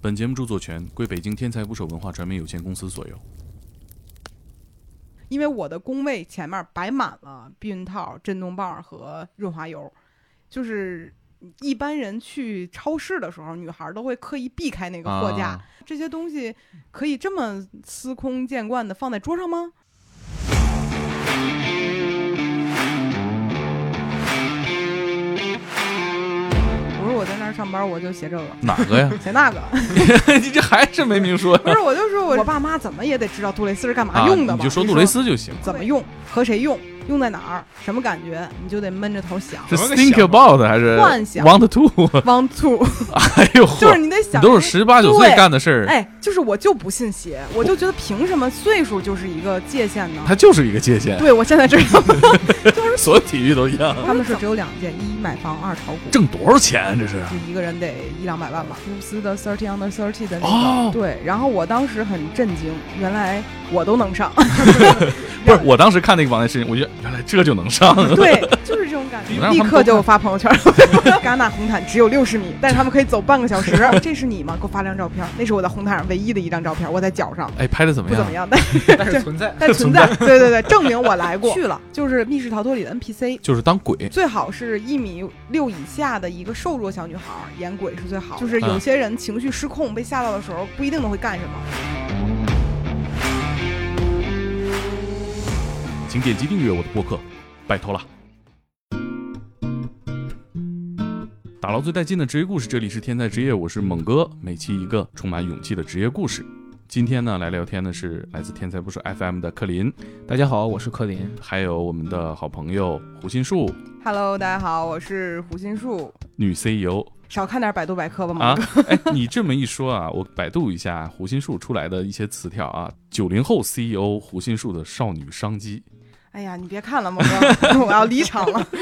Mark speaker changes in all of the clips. Speaker 1: 本节目著作权归北京天才捕手文化传媒有限公司所有。
Speaker 2: 因为我的工位前面摆满了避孕套、震动棒和润滑油，就是一般人去超市的时候，女孩都会刻意避开那个货架。
Speaker 1: 啊
Speaker 2: 这些东西可以这么司空见惯的放在桌上吗？不是我在那儿上班，我就写这个，
Speaker 1: 哪个呀？
Speaker 2: 写那个。
Speaker 1: 你这还是没明说
Speaker 2: 不是，我就说我我爸妈怎么也得知道杜蕾斯是干嘛用的吧？
Speaker 1: 啊你就说杜蕾斯就行。
Speaker 2: 怎么用，和谁用，用在哪儿，什么感觉，你就得闷着头想。
Speaker 1: 是
Speaker 3: 怎么个
Speaker 1: think
Speaker 3: 想
Speaker 1: about 还是
Speaker 2: 幻想
Speaker 1: want to？
Speaker 2: Want to，
Speaker 1: 哎呦嚯，
Speaker 2: 就是你得
Speaker 1: 你
Speaker 2: 想，
Speaker 1: 都是十八九岁干的事儿，
Speaker 2: 哎，就是我就不信邪，我就觉得凭什么岁数就是一个界限呢？
Speaker 1: 它就是一个界限，
Speaker 2: 对，我现在知道，
Speaker 1: 所有体育都一样。
Speaker 2: 他们说只有两件：一买房，二炒股。
Speaker 1: 挣多少钱？啊这是
Speaker 2: 就一个人得一两百万吧，福布斯的 Thirty Under Thirty 的那个，
Speaker 1: 哦
Speaker 2: 对。然后我当时很震惊，原来我都能上，
Speaker 1: 不是？我当时看那个网内视频，我觉得原来这就能上。
Speaker 2: 对，就是这种感
Speaker 1: 你让他
Speaker 2: 觉，
Speaker 1: 们
Speaker 2: 立
Speaker 1: 多
Speaker 2: 刻就发朋友圈。戛纳红毯只有六十米，但是他们可以走半个小时。这是你吗？给我发张照片。那是我在红毯上唯一的一张照片，我在脚上，
Speaker 1: 哎，拍的怎么
Speaker 2: 不怎
Speaker 1: 样
Speaker 2: 么？样，但
Speaker 3: 但是存在。
Speaker 2: 但存 在。对对对，证明我来过。去了，就是密室逃脱里的 NPC。
Speaker 1: 就是当鬼，
Speaker 2: 最好是一米六以下的一个瘦弱小女孩演鬼是最好的，就是
Speaker 1: 嗯
Speaker 2: 有些人情绪失控被吓到的时候，不一定能会干什么。
Speaker 1: 请点击订阅我的播客，拜托了。打捞最带劲的职业故事，这里是天才职业，我是猛哥，每期一个充满勇气的职业故事。今天呢，来聊天的是来自天才不说 FM 的克林，
Speaker 3: 大家好，我是柯林。
Speaker 1: 还有我们的好朋友胡心树，
Speaker 2: Hello，大家好，我是胡心树，
Speaker 1: 女 CEO
Speaker 2: 少看点百度百科吧，
Speaker 1: 啊
Speaker 2: 猛哥。。
Speaker 1: 哎，你这么一说啊，我百度一下胡心树出来的一些词条啊，九零后 CEO 胡心树的少女商机，
Speaker 2: 哎呀，你别看了，猛哥，我要离场了。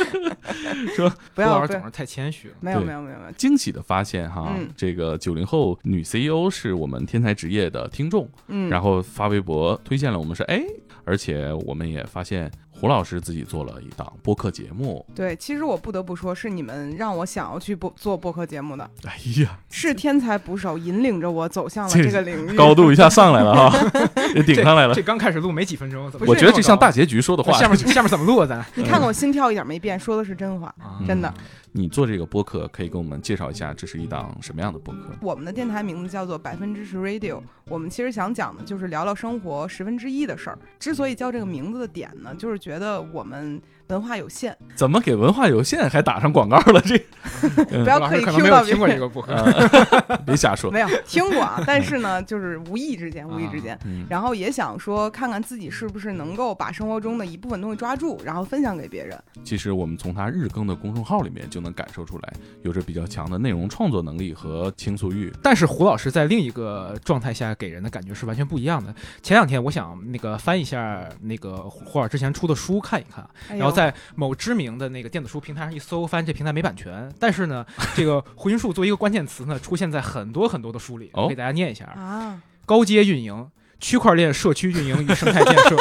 Speaker 1: 说
Speaker 2: 不
Speaker 3: 郭
Speaker 2: 要
Speaker 3: 老师
Speaker 2: 不要
Speaker 3: 总是太谦虚了。
Speaker 2: 没有
Speaker 1: 对
Speaker 2: 没有没有没有，
Speaker 1: 惊喜的发现哈，
Speaker 2: 嗯
Speaker 1: 这个九零后女 CEO 是我们天才职业的听众，
Speaker 2: 嗯，
Speaker 1: 然后发微博推荐了我们说，哎，而且我们也发现胡老师自己做了一档播客节目，
Speaker 2: 对，其实我不得不说，是你们让我想要去播做播客节目的，
Speaker 1: 哎呀，
Speaker 2: 是天才捕手引领着我走向了
Speaker 1: 这
Speaker 2: 这个领域。
Speaker 1: 高度一下上来了哈，也顶上来了
Speaker 3: 这。刚开始录没几分钟，怎么
Speaker 1: 我
Speaker 2: 不是
Speaker 1: 觉得这像大结局说的
Speaker 3: 我
Speaker 1: 话，
Speaker 3: 啊下面下面怎么录啊？咱
Speaker 2: 你看看我心跳一点没变，说的是真话，
Speaker 3: 啊
Speaker 2: 真的。
Speaker 1: 嗯你做这个播客，可以给我们介绍一下这是一档什么样的播客？
Speaker 2: 我们的电台名字叫做百分之十 Radio，我们其实想讲的就是聊聊生活十分之一的事儿。之所以叫这个名字的点呢，就是觉得我们文化有限，
Speaker 1: 怎么给文化有限还打上广告了？这
Speaker 2: 不
Speaker 3: 郭
Speaker 2: 要
Speaker 3: 老
Speaker 2: 刻
Speaker 3: 师
Speaker 2: 意
Speaker 3: 可能
Speaker 2: Q
Speaker 3: 没
Speaker 2: 到
Speaker 3: 有
Speaker 2: 别
Speaker 3: 听过这
Speaker 2: 人。
Speaker 3: 个播客。
Speaker 1: 呃别瞎说。
Speaker 2: 没有听过啊，但是呢，就是无意之
Speaker 3: 啊
Speaker 2: 间，无意之间，
Speaker 1: 嗯，
Speaker 2: 然后也想说，看看自己是不是能够把生活中的一部分东西抓住，然后分享给别人。
Speaker 1: 其实我们从他日更的公众号里面就能感受出来，有着比较强的内容创作能力和倾诉欲。
Speaker 3: 但是胡老师在另一个状态下给人的感觉是完全不一样的。前两天我想那个翻一下那个胡胡老师之前出的书看一看，
Speaker 2: 哎呦
Speaker 3: 然后在某知名的那个电子书平台上一搜，发现这平台没版权。但是呢，这个胡云树作为一个关键词呢，出现在很多很多的书里。
Speaker 1: 哦
Speaker 3: 我给大家念一下：啊：
Speaker 2: 啊，
Speaker 3: 高阶运营、区块链社区运营与生态建设、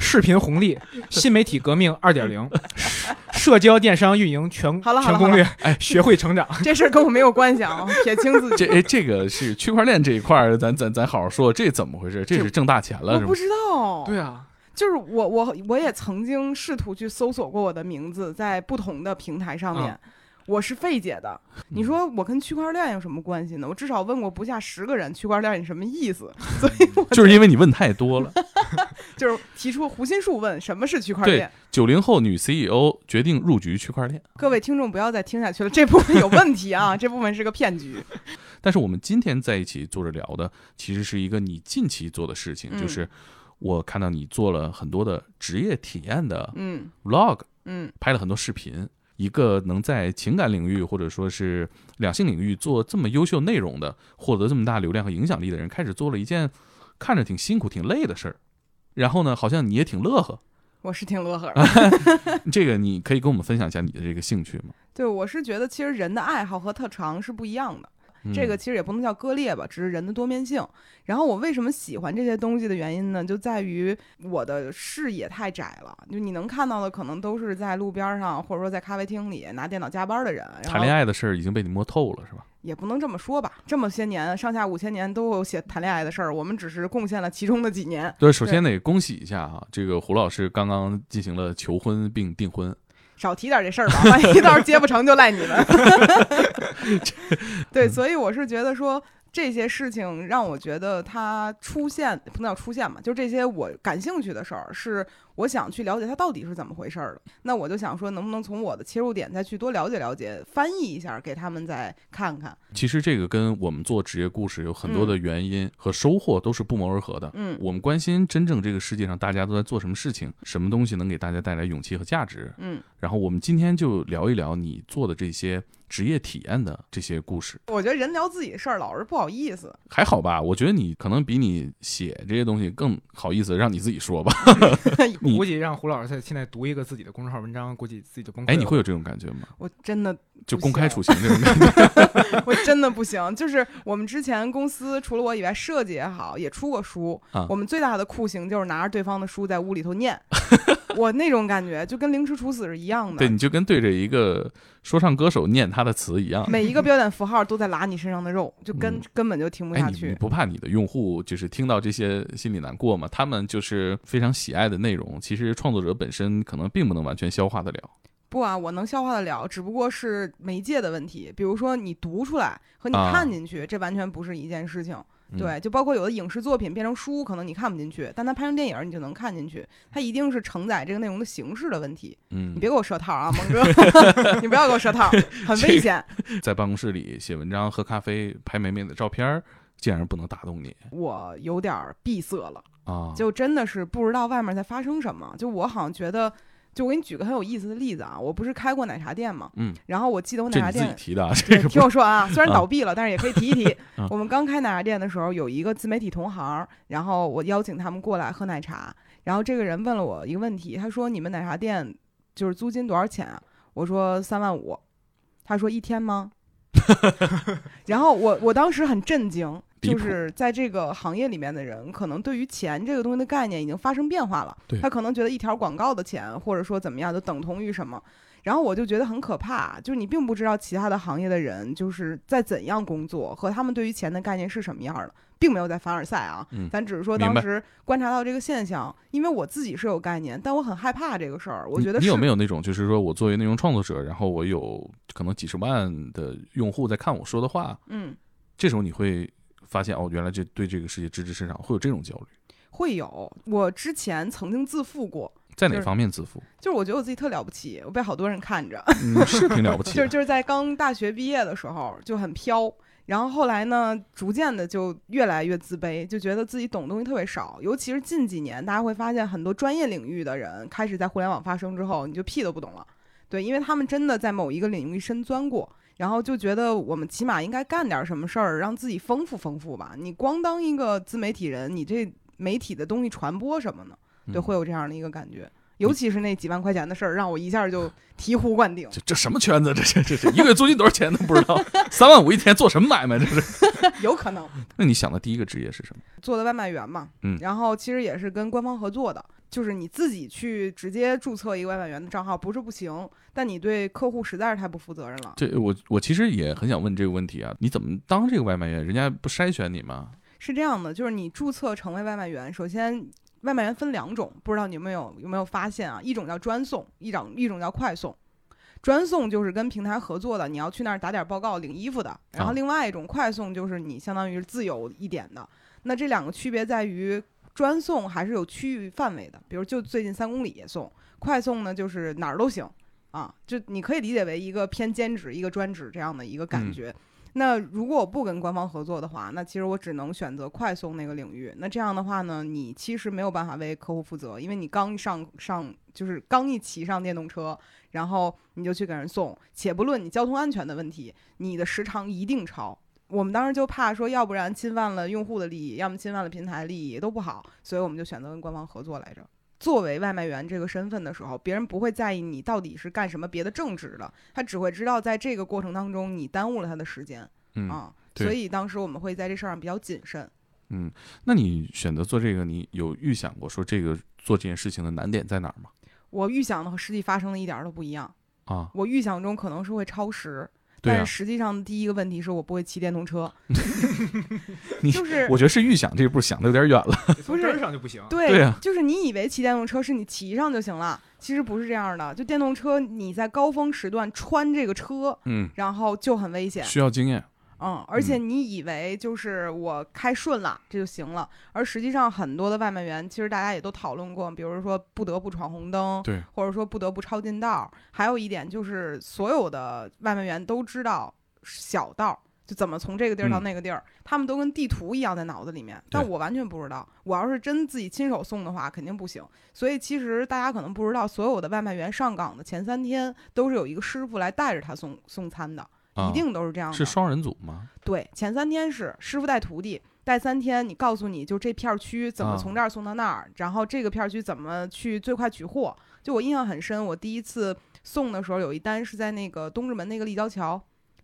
Speaker 3: 视频红利、新媒体革命二点零、社社交电商运营全
Speaker 2: 好了好
Speaker 3: 全
Speaker 2: 了
Speaker 3: 攻略，哎，学会成长。
Speaker 2: 这事儿跟我没有关系 啊，撇清自己。
Speaker 1: 这哎，这个是区块链这一块儿，咱咱咱好好说，这怎么回事？这是挣大钱了
Speaker 2: 我
Speaker 1: 是
Speaker 2: 不
Speaker 1: 吗？
Speaker 2: 知道，
Speaker 3: 对啊，
Speaker 2: 就是我我我也曾经试图去搜索过我的名字在不同的平台上面，我是费解的。你说我跟区块链有什么关系呢？我至少问过不下十个人区块链你什么意思，
Speaker 3: 嗯
Speaker 2: 所以我
Speaker 1: 就是 因为你问太多了。
Speaker 2: 就是提出胡心树问什么是区块
Speaker 1: 对
Speaker 2: 链。，
Speaker 1: 九零后女 CEO 决定入局区块链，
Speaker 2: 各位听众不要再听下去了，这部分有问题啊，这部分是个骗局。
Speaker 1: 但是我们今天在一起坐着聊的，其实是一个你近期做的事情，
Speaker 2: 嗯
Speaker 1: 就是我看到你做了很多的职业体验的
Speaker 2: 嗯
Speaker 1: vlog，
Speaker 2: 嗯
Speaker 1: 拍了很多视频。一个能在情感领域或者说是两性领域做这么优秀内容的，获得这么大流量和影响力的人，开始做了一件看着挺辛苦、挺累的事儿。然后呢，好像你也挺乐呵。
Speaker 2: 我是挺乐呵的。
Speaker 1: 这个你可以跟我们分享一下你的这个兴趣吗？
Speaker 2: 对，我是觉得其实人的爱好和特长是不一样的，
Speaker 1: 嗯
Speaker 2: 这个其实也不能叫割裂吧，只是人的多面性。然后我为什么喜欢这些东西的原因呢，就在于我的视野太窄了，就你能看到的可能都是在路边上，或者说在咖啡厅里拿电脑加班的人，然后
Speaker 1: 谈恋爱的事儿已经被你摸透了，是吧？
Speaker 2: 也不能这么说吧，这么些年上下五千年都有写谈恋爱的事儿，我们只是贡献了其中的几年。
Speaker 1: 对，首先得恭喜一下啊，这个胡老师刚刚进行了求婚并订婚，
Speaker 2: 少提点这事儿吧，万一到时候接不成就赖你们。对，所以我是觉得说这些事情让我觉得它出现不能叫出现嘛，就这些我感兴趣的事儿，是我想去了解它到底是怎么回事儿的。那我就想说，能不能从我的切入点再去多了解了解，翻译一下给他们再看看。
Speaker 1: 其实这个跟我们做职业故事有很多的原因和收获都是不谋而合的。
Speaker 2: 嗯
Speaker 1: 我们关心真正这个世界上大家都在做什么事情，什么东西能给大家带来勇气和价值。
Speaker 2: 嗯，
Speaker 1: 然后我们今天就聊一聊你做的这些职业体验的这些故事，
Speaker 2: 我觉得人聊自己的事儿老是不好意思，
Speaker 1: 还好吧？我觉得你可能比你写这些东西更好意思，让你自己说吧。 你
Speaker 3: 估计让胡老师在现在读一个自己的公众号文章，估计自己就崩溃了。
Speaker 1: 哎，你会有这种感觉吗？
Speaker 2: 我真的
Speaker 1: 就
Speaker 2: 不
Speaker 1: 公开
Speaker 2: 行
Speaker 1: 处刑这种感觉？
Speaker 2: 我真的不行，就是我们之前公司除了我以外，设计也好，也出过书。
Speaker 1: 啊
Speaker 2: 我们最大的酷刑就是拿着对方的书在屋里 头念，我那种感觉就跟凌迟处死是一样
Speaker 1: 对，
Speaker 2: 的。
Speaker 1: 你就跟对着一个说唱歌手念他的词一样。
Speaker 2: 每一个标点符号都在拉你身上的肉，就根、
Speaker 1: 嗯
Speaker 2: 根本就停不
Speaker 1: 哎，
Speaker 2: 下
Speaker 1: 你
Speaker 2: 去。
Speaker 1: 你不怕你的用户就是听到这些心里难过吗？他们就是非常喜爱的内容，其实创作者本身可能并不能完全消化得了。
Speaker 2: 不啊，我能消化得了，只不过是媒介的问题。比如说你读出来和你
Speaker 1: 啊
Speaker 2: 看进去，这完全不是一件事情。
Speaker 1: 嗯
Speaker 2: 对，就包括有的影视作品变成书，可能你看不进去，但它拍成电影你就能看进去。它一定是承载这个内容的形式的问题。你
Speaker 1: 嗯，
Speaker 2: 别给我设套啊，蒙哥，你不要给我设套，很危险。
Speaker 1: 在办公室里写文章、喝咖啡、拍美美的照片儿，竟然不能打动你
Speaker 2: 我有点儿闭塞了，
Speaker 1: 啊！
Speaker 2: 就真的是不知道外面在发生什么。就我好像觉得，就我给你举个很有意思的例子啊，我不是开过奶茶店嘛，
Speaker 1: 嗯，
Speaker 2: 然后我记得我奶
Speaker 1: 这
Speaker 2: 茶
Speaker 1: 你自己
Speaker 2: 店。
Speaker 1: 提的啊，这
Speaker 2: 对
Speaker 1: 个不
Speaker 2: 听我说完啊，虽然
Speaker 1: 啊
Speaker 2: 倒闭了，但是也可以提 一提
Speaker 1: 嗯。
Speaker 2: 我们刚开奶茶店的时候，有一个自媒体同行，然后我邀请他们过来喝奶茶。然后这个人问了我一个问题，他说：“你们奶茶店就是租金多少钱啊？”我说：“三万五。”他说：“一天吗？” 然后我我当时很震惊，
Speaker 1: 离
Speaker 2: 就
Speaker 1: 谱
Speaker 2: 是在这个行业里面的人，可能对于钱这个东西的概念已经发生变化了
Speaker 1: 对。
Speaker 2: 他可能觉得一条广告的钱，或者说怎么样，就等同于什么。然后我就觉得很可怕，啊就是你并不知道其他的行业的人就是在怎样工作，和他们对于钱的概念是什么样的，并没有在凡尔赛啊，
Speaker 1: 嗯
Speaker 2: 咱只是说
Speaker 1: 明白
Speaker 2: 当时观察到这个现象，因为我自己是有概念，但我很害怕这个事儿，我
Speaker 1: 你
Speaker 2: 觉得
Speaker 1: 你有没
Speaker 2: 有？
Speaker 1: 有那种，就是说我作为内容创作者，然后我有可能几十万的用户在看我说的话，
Speaker 2: 嗯，
Speaker 1: 这时候你会发现哦，原来这对这个世界知之甚少，会有这种焦虑，
Speaker 2: 会有。我之前曾经自负过，
Speaker 1: 在哪
Speaker 2: 就是
Speaker 1: 方面自 负？
Speaker 2: 就是我觉得我自己特了不起，我被好多人看着，
Speaker 1: 嗯，是挺了不起
Speaker 2: 就是
Speaker 1: 的，
Speaker 2: 就是在刚大学毕业的时候就很飘，然后后来呢，逐渐的就越来越自卑，就觉得自己懂东西特别少。尤其是近几年，大家会发现很多专业领域的人开始在互联网发声之后，你就屁都不懂了。对，因为他们真的在某一个领域深钻过，然后就觉得我们起码应该干点什么事儿，让自己丰富丰富吧。你光当一个自媒体人，你这媒体的东西传播什么呢？对，
Speaker 1: 嗯
Speaker 2: 会有这样的一个感觉。尤其是那几万块钱的事儿，让我一下就醍醐灌顶。
Speaker 1: 这这什么圈子？这这这这一个月租金多少钱都不知道，三万五一天做什么买卖？这是？
Speaker 2: 有可能
Speaker 1: 那你想的第一个职业是什么？
Speaker 2: 做的外卖员嘛，
Speaker 1: 嗯
Speaker 2: 然后其实也是跟官方合作的，就是你自己去直接注册一个外卖员的账号不是不行，但你对客户实在是太不负责任了。
Speaker 1: 这我我其实也很想问这个问题啊，你怎么当这个外卖员？人家不筛选你吗？
Speaker 2: 是这样的，就是你注册成为外卖员，首先外卖员分两种，不知道你有没有有没有发现啊？一种叫专送，一种一种叫快送。专送就是跟平台合作的，你要去那儿打点报告领衣服的。然后
Speaker 1: 啊
Speaker 2: 另外一种快送就是你相当于是自由一点的。那这两个区别在于，专送还是有区域范围的，比如就最近三公里也送，快送呢就是哪儿都行啊，就你可以理解为一个偏兼职、一个专职这样的一个感
Speaker 1: 嗯
Speaker 2: 觉。那如果我不跟官方合作的话，那其实我只能选择快送那个领域。那这样的话呢，你其实没有办法为客户负责，因为你刚一上上就是刚一骑上电动车，然后你就去给人送，且不论你交通安全的问题，你的时长一定超。我们当时就怕说，要不然侵犯了用户的利益，要么侵犯了平台利益，都不好，所以我们就选择跟官方合作来着。作为外卖员这个身份的时候，别人不会在意你到底是干什么别的正职的，他只会知道在这个过程当中你耽误了他的时间
Speaker 1: 嗯，
Speaker 2: 啊。
Speaker 1: 对
Speaker 2: 所以当时我们会在这事儿上比较谨慎。
Speaker 1: 嗯那你选择做这个，你有预想过说这个做这件事情的难点在哪儿吗？
Speaker 2: 我预想的和实际发生的一点儿都不一样，
Speaker 1: 啊，
Speaker 2: 我预想中可能是会超时，
Speaker 1: 对
Speaker 2: 但
Speaker 1: 啊，
Speaker 2: 是，实际上第一个问题是我不会骑电动车
Speaker 1: 你
Speaker 2: 就是
Speaker 1: 我觉得是预想这一步想的有点远了。
Speaker 3: 从
Speaker 2: 是
Speaker 3: 根儿上就不行。
Speaker 2: 对
Speaker 1: 对啊
Speaker 2: 就是你以为骑电动车是你骑上就行了，其实不是这样的。就电动车，你在高峰时段穿这个车，
Speaker 1: 嗯，
Speaker 2: 然后就很危险。
Speaker 1: 需要经验。
Speaker 2: 嗯，而且你以为就是我开顺了，这就行了，而实际上很多的外卖员，其实大家也都讨论过，比如说不得不闯红灯，
Speaker 1: 对，
Speaker 2: 或者说不得不抄近道儿，还有一点就是所有的外卖员都知道小道儿。就怎么从这个地儿到
Speaker 1: 嗯
Speaker 2: 那个地儿，他们都跟地图一样在脑子里面，但
Speaker 1: 对
Speaker 2: 我完全不知道。我要是真自己亲手送的话，肯定不行。所以其实大家可能不知道，所有的外卖员上岗的前三天都是有一个师傅来带着他送送餐的，
Speaker 1: 啊
Speaker 2: 一定都是这样的。
Speaker 1: 是双人组吗？
Speaker 2: 对，前三天是师傅带徒弟，带三天，你告诉你就这片儿区怎
Speaker 1: 啊
Speaker 2: 么从这儿送到那儿，然后这个片儿区怎么去最快取货。就我印象很深，我第一次送的时候，有一单是在那个东直门那个立交桥。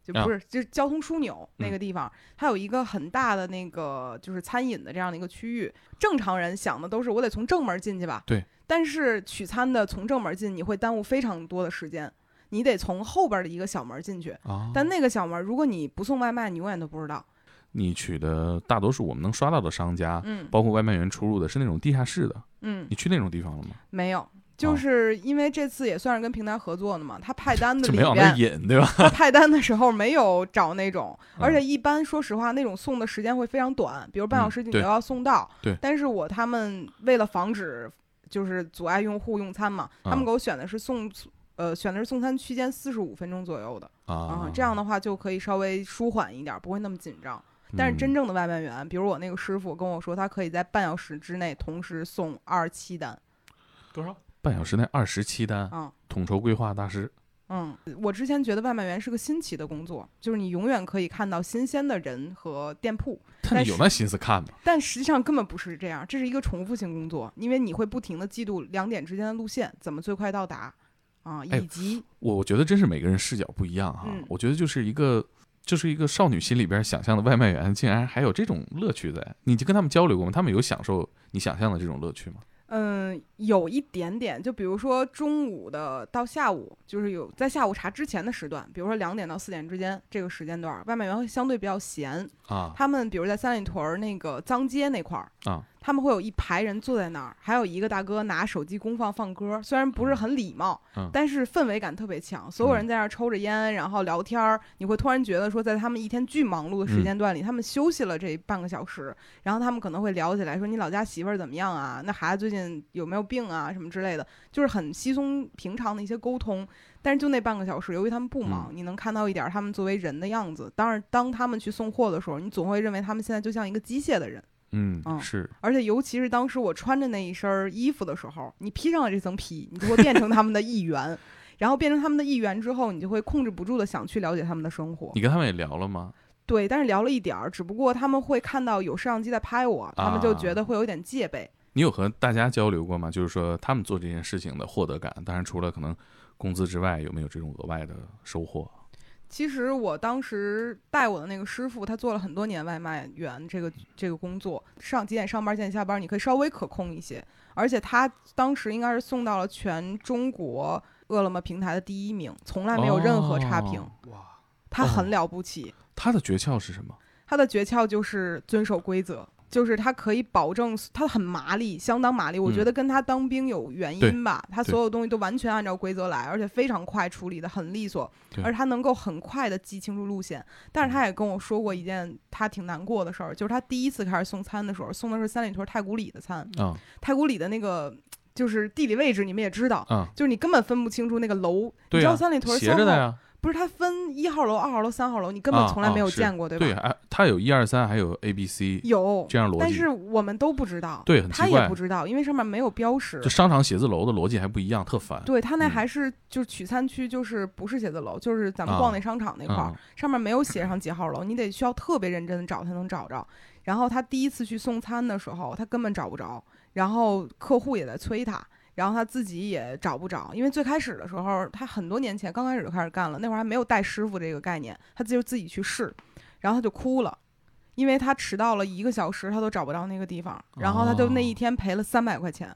Speaker 2: 就
Speaker 1: 啊
Speaker 2: 不是，就是交通枢纽那
Speaker 1: 嗯
Speaker 2: 个地方，它有一个很大的那个就是餐饮的这样的一个区域。正常人想的都是我得从正门进去吧，
Speaker 1: 对。
Speaker 2: 但是取餐的从正门进，你会耽误非常多的时间，你得从后边的一个小门进去。
Speaker 1: 啊，
Speaker 2: 但那个小门儿，如果你不送外卖，你永远都不知道。
Speaker 1: 你取的大多数我们能刷到的商家，
Speaker 2: 嗯
Speaker 1: 包括外卖员出入的是那种地下室的。
Speaker 2: 嗯，
Speaker 1: 你去那种地方了吗？
Speaker 2: 没有，就是因为这次也算是跟平台合作的嘛，他派 单的
Speaker 1: 就
Speaker 2: 里
Speaker 1: 没往那儿
Speaker 2: 边，
Speaker 1: 引，对吧？
Speaker 2: 他派单的时候没有找那种，
Speaker 1: 嗯
Speaker 2: 而且一般说实话，那种送的时间会非常短，比如半
Speaker 1: 嗯
Speaker 2: 小时你就
Speaker 1: 对
Speaker 2: 要送到。
Speaker 1: 对
Speaker 2: 但是我他们为了防止就是阻碍用户用餐嘛，他
Speaker 1: 嗯
Speaker 2: 们给我选的是送。呃，选的是送餐区间四十五分钟左右的啊、
Speaker 1: 啊
Speaker 2: 这样的话就可以稍微舒缓一点，不会那么紧张。但
Speaker 1: 嗯
Speaker 2: 是真正的外卖员，比如我那个师傅跟我说，他可以在半小时之内同时送二七单。
Speaker 3: 多少？
Speaker 1: 半小时内二十七单，
Speaker 2: 啊，
Speaker 1: 统筹规划大师。
Speaker 2: 嗯，我之前觉得外卖员是个新奇的工作，就是你永远可以看到新鲜的人和店铺，
Speaker 1: 他
Speaker 2: 但
Speaker 1: 有
Speaker 2: 是
Speaker 1: 那心思看吗？
Speaker 2: 但实际上根本不是这样，这是一个重复性工作，因为你会不停的记录两点之间的路线怎么最快到达啊，
Speaker 1: 哎
Speaker 2: 以及、
Speaker 1: 我我觉得真是每个人视角不一样哈、
Speaker 2: 嗯
Speaker 1: 我觉得就是一个就是一个少女心里边想象的外卖员，竟然还有这种乐趣在。你就跟他们交流过吗？他们有享受你想象的这种乐趣吗？
Speaker 2: 嗯，有一点点，就比如说中午的到下午，就是有在下午茶之前的时段，比如说两点到四点之间这个时间段儿，外卖员会相对比较闲，
Speaker 1: 啊，
Speaker 2: 他们比如在三里屯儿那个脏街那块儿
Speaker 1: 啊，
Speaker 2: 他们会有一排人坐在那儿，还有一个大哥拿手机公放放歌，虽然不是很礼貌，
Speaker 1: 嗯
Speaker 2: 但是氛围感特别强，所有人在那儿抽着烟，然后聊天儿，你会突然觉得说，在他们一天巨忙碌的时
Speaker 1: 嗯
Speaker 2: 间段里，他们休息了这半个小时，然后他们可能会聊起来说你老家媳妇儿怎么样啊？那孩子最近有没有病啊？什么之类的，就是很稀松平常的一些沟通。但是就那半个小时，由于他们不忙，你能看到一点儿他们作为人的样子。当然，当他们去送货的时候，你总会认为他们现在就像一个机械的人。
Speaker 1: 嗯，
Speaker 2: 嗯
Speaker 1: 是
Speaker 2: 而且尤其是当时我穿着那一身儿衣服的时候，你披上了这层皮，你就会变成他们的一员，然后变成他们的一员之后，你就会控制不住的想去了解他们的生活。
Speaker 1: 你跟他们也聊了吗？
Speaker 2: 对，但是聊了一点儿，只不过他们会看到有摄像机在拍我，他们就觉得会有点戒备。
Speaker 1: 你有和大家交流过吗？就是说他们做这件事情的获得感，当然除了可能工资之外，有没有这种额外的收获？
Speaker 2: 其实我当时带我的那个师傅，他做了很多年外卖员这个这个工作，上几点上班，几点下班，你可以稍微可控一些。而且他当时应该是送到了全中国饿了么平台的第一名，从来没有任何差评。
Speaker 1: 哦
Speaker 3: 哇，
Speaker 2: 他
Speaker 1: 哦
Speaker 2: 很了不起，
Speaker 1: 他的诀窍是什么？
Speaker 2: 他的诀窍就是遵守规则，就是他可以保证他很麻利，相当麻利。
Speaker 1: 嗯
Speaker 2: 我觉得跟他当兵有原
Speaker 1: 对
Speaker 2: 因吧，他
Speaker 1: 对
Speaker 2: 所有东西都完全按照规则来，而且非常快处理的很利索
Speaker 1: 对，嗯
Speaker 2: 而他能够很快的记清楚路线。但是他也跟我说过一件他挺难过的事儿，就是他第一次开始送餐的时候，送的是三里屯太古里的餐，
Speaker 1: 啊
Speaker 2: 太古里的那个就是地理位置你们也知道。
Speaker 1: 啊，
Speaker 2: 就是你根本分不清楚那个楼，你
Speaker 1: 对
Speaker 2: 知
Speaker 1: 呀、
Speaker 2: 道三里屯
Speaker 1: 斜
Speaker 2: 三
Speaker 1: 着的
Speaker 2: 号
Speaker 1: 呀，
Speaker 2: 不是它分一号楼、二号楼、三号楼，你根
Speaker 1: 啊
Speaker 2: 本从来
Speaker 1: 啊
Speaker 2: 没有
Speaker 1: 是
Speaker 2: 见过，对吧？
Speaker 1: 对，哎，他有一二三，还有 A B C，
Speaker 2: 有
Speaker 1: 这样逻辑。
Speaker 2: 但是我们都不知道，
Speaker 1: 对很
Speaker 2: 他
Speaker 1: 奇怪
Speaker 2: 也不知道，因为上面没有标识
Speaker 1: 就。商场写字楼的逻辑还不一样，特烦。
Speaker 2: 对他那
Speaker 1: 嗯
Speaker 2: 还是就是取餐区，就是不是写字楼，就是咱们
Speaker 1: 啊
Speaker 2: 逛那商场那块儿，
Speaker 1: 啊
Speaker 2: 上面没有写上几号楼，你得需要特别认真的找才能找着。然后他第一次去送餐的时候，他根本找不着，然后客户也在催他，然后他自己也找不着，因为最开始的时候，他很多年前刚开始就开始干了，那会儿还没有带师傅这个概念，他就自己去试，然后他就哭了。因为他迟到了一个小时，他都找不着那个地方，然后他就那一天赔了三百块钱，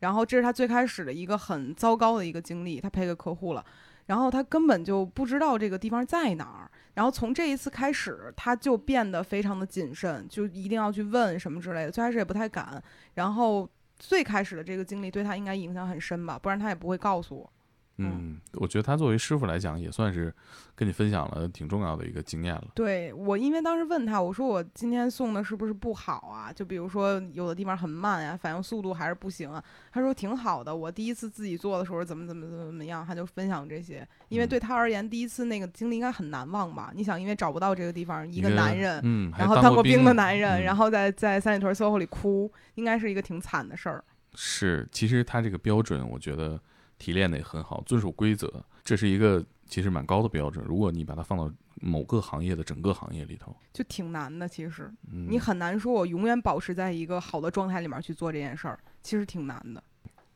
Speaker 2: 然后这是他最开始的一个很糟糕的一个经历，他赔给客户了。然后他根本就不知道这个地方在哪儿。然后从这一次开始，他就变得非常的谨慎，就一定要去问什么之类的。最开始也不太敢，然后最开始的这个经历对他应该影响很深吧，不然他也不会告诉我。
Speaker 1: 嗯，我觉得他作为师傅来讲，也算是跟你分享了挺重要的一个经验了。
Speaker 2: 对我，因为当时问他，我说我今天送的是不是不好啊？就比如说有的地方很慢呀、反应速度还是不行啊。他说挺好的，我第一次自己做的时候怎么怎么怎么怎么样，他就分享这些。因为
Speaker 1: 嗯
Speaker 2: 对他而言，第一次那个经历应该很难忘吧？你想，因为找不到这个地方，一个男人，
Speaker 1: 嗯，还
Speaker 2: 然后
Speaker 1: 当
Speaker 2: 过
Speaker 1: 兵嗯
Speaker 2: 的男人，然
Speaker 1: 后
Speaker 2: 后在在三里屯 SOHO 里哭，应该是一个挺惨的事儿。
Speaker 1: 是，其实他这个标准，我觉得提炼的也很好，遵守规则，这是一个其实蛮高的标准。如果你把它放到某个行业的整个行业里头，
Speaker 2: 就挺难的，其实
Speaker 1: 嗯，
Speaker 2: 你很难说，我永远保持在一个好的状态里面去做这件事儿，其实挺难的。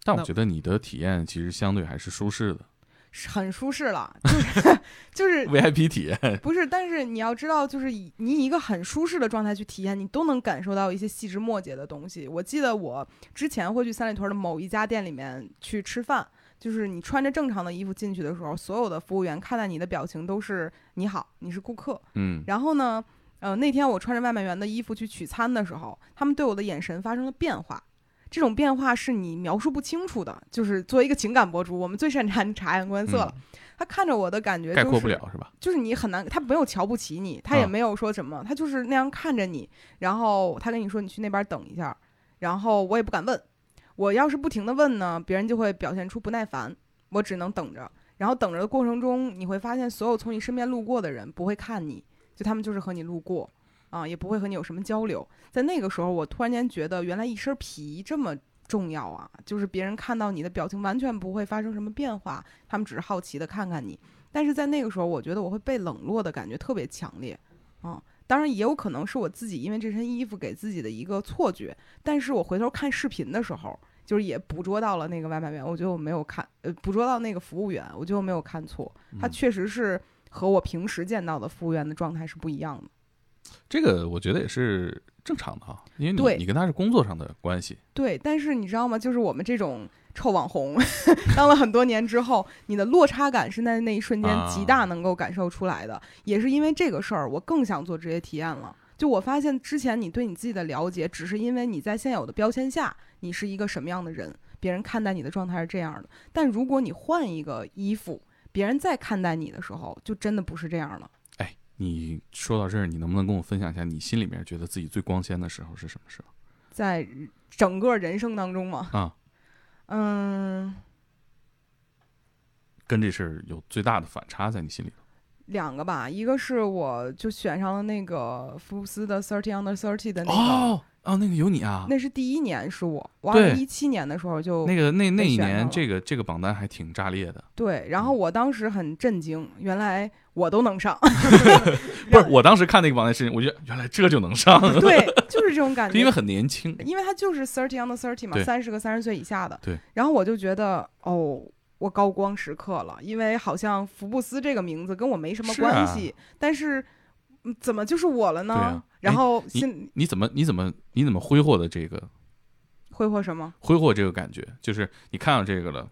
Speaker 1: 但我
Speaker 3: 那
Speaker 1: 觉得你的体验其实相对还是舒适的
Speaker 2: 是很舒适了，就是 就是
Speaker 1: ，VIP 体验。
Speaker 2: 不是，但是你要知道，就是以你以一个很舒适的状态去体验，你都能感受到一些细枝末节的东西。我记得我之前会去三里屯的某一家店里面去吃饭，就是你穿着正常的衣服进去的时候，所有的服务员看待你的表情都是“你好，你是顾客”。
Speaker 1: 嗯，
Speaker 2: 然后呢，呃，那天我穿着外卖员的衣服去取餐的时候，他们对我的眼神发生了变化。这种变化是你描述不清楚的，就是作为一个情感博主，我们最擅长 察言观色了。他看着我的感觉、就
Speaker 1: 嗯
Speaker 2: 是，
Speaker 1: 概括不了是吧？
Speaker 2: 就是你很难，他没有瞧不起你，他也
Speaker 1: 啊
Speaker 2: 没有说什么，他就是那样看着你，然后他跟你说你去那边等一下，然后我也不敢问，我要是不停的问呢，别人就会表现出不耐烦，我只能等着，然后等着的过程中，你会发现所有从你身边路过的人不会看你，就他们就是和你路过。啊，也不会和你有什么交流。在那个时候，我突然间觉得，原来一身皮这么重要啊！就是别人看到你的表情完全不会发生什么变化，他们只是好奇的看看你。但是在那个时候，我觉得我会被冷落的感觉特别强烈，啊，当然也有可能是我自己因为这身衣服给自己的一个错觉。但是我回头看视频的时候，就是也捕捉到了那个外卖员，我觉得我没有看，呃，捕捉到那个服务员，我觉得我没有看错，他
Speaker 1: 嗯
Speaker 2: 确实是和我平时见到的服务员的状态是不一样的。
Speaker 1: 这个我觉得也是正常的哈，因为
Speaker 2: 对
Speaker 1: 你你跟他是工作上的关系，
Speaker 2: 对，但是你知道吗？就是我们这种臭网红，当了很多年之后，你的落差感是在那一瞬间极大能够感受出来的。也是因为这个事儿，我更想做职业体验了。就我发现之前你对你自己的了解，只是因为你在现有的标签下，你是一个什么样的人，别人看待你的状态是这样的。但如果你换一个衣服，别人再看待你的时候，就真的不是这样了。
Speaker 1: 哎，你说到这儿，你能不能跟我分享一下你心里面觉得自己最光鲜的时候是什么时候
Speaker 2: 在整个人生当中嘛，
Speaker 1: 啊？
Speaker 2: 嗯，
Speaker 1: 跟这事儿有最大的反差在你心里头？
Speaker 2: 两个吧，一个是我就选上了那个福布斯的 Thirty Under Thirty 的那个，
Speaker 1: 哦哦，那个有你啊，
Speaker 2: 那是第一年是我，我二
Speaker 1: 对
Speaker 2: 零一七年的时候就
Speaker 1: 那个那那
Speaker 2: 被
Speaker 1: 一
Speaker 2: 选上
Speaker 1: 年
Speaker 2: 了
Speaker 1: 这个这个榜单还挺炸裂的，
Speaker 2: 对，然
Speaker 1: 嗯
Speaker 2: 后我当时很震惊，原来我都 能上，
Speaker 1: 不是我当时看那个榜单是，我觉得原来这就能 上，
Speaker 2: 对，就是这种感
Speaker 1: 就
Speaker 2: 觉，
Speaker 1: 因为很年轻，
Speaker 2: 因为他就是 Thirty Under Thirty 嘛，
Speaker 1: 对
Speaker 2: 三十个三十岁以下的，
Speaker 1: 对，
Speaker 2: 然后我就觉得哦。我高光时刻了，因为好像福布斯这个名字跟我没什么
Speaker 1: 是啊
Speaker 2: 关系，但是嗯怎么就是我了呢？
Speaker 1: 对啊
Speaker 2: 然
Speaker 1: 哎
Speaker 2: 后心
Speaker 1: 你怎么你怎么你怎么挥霍的这个
Speaker 2: 挥霍什么？
Speaker 1: 挥霍这个感觉，就是你看到这个了，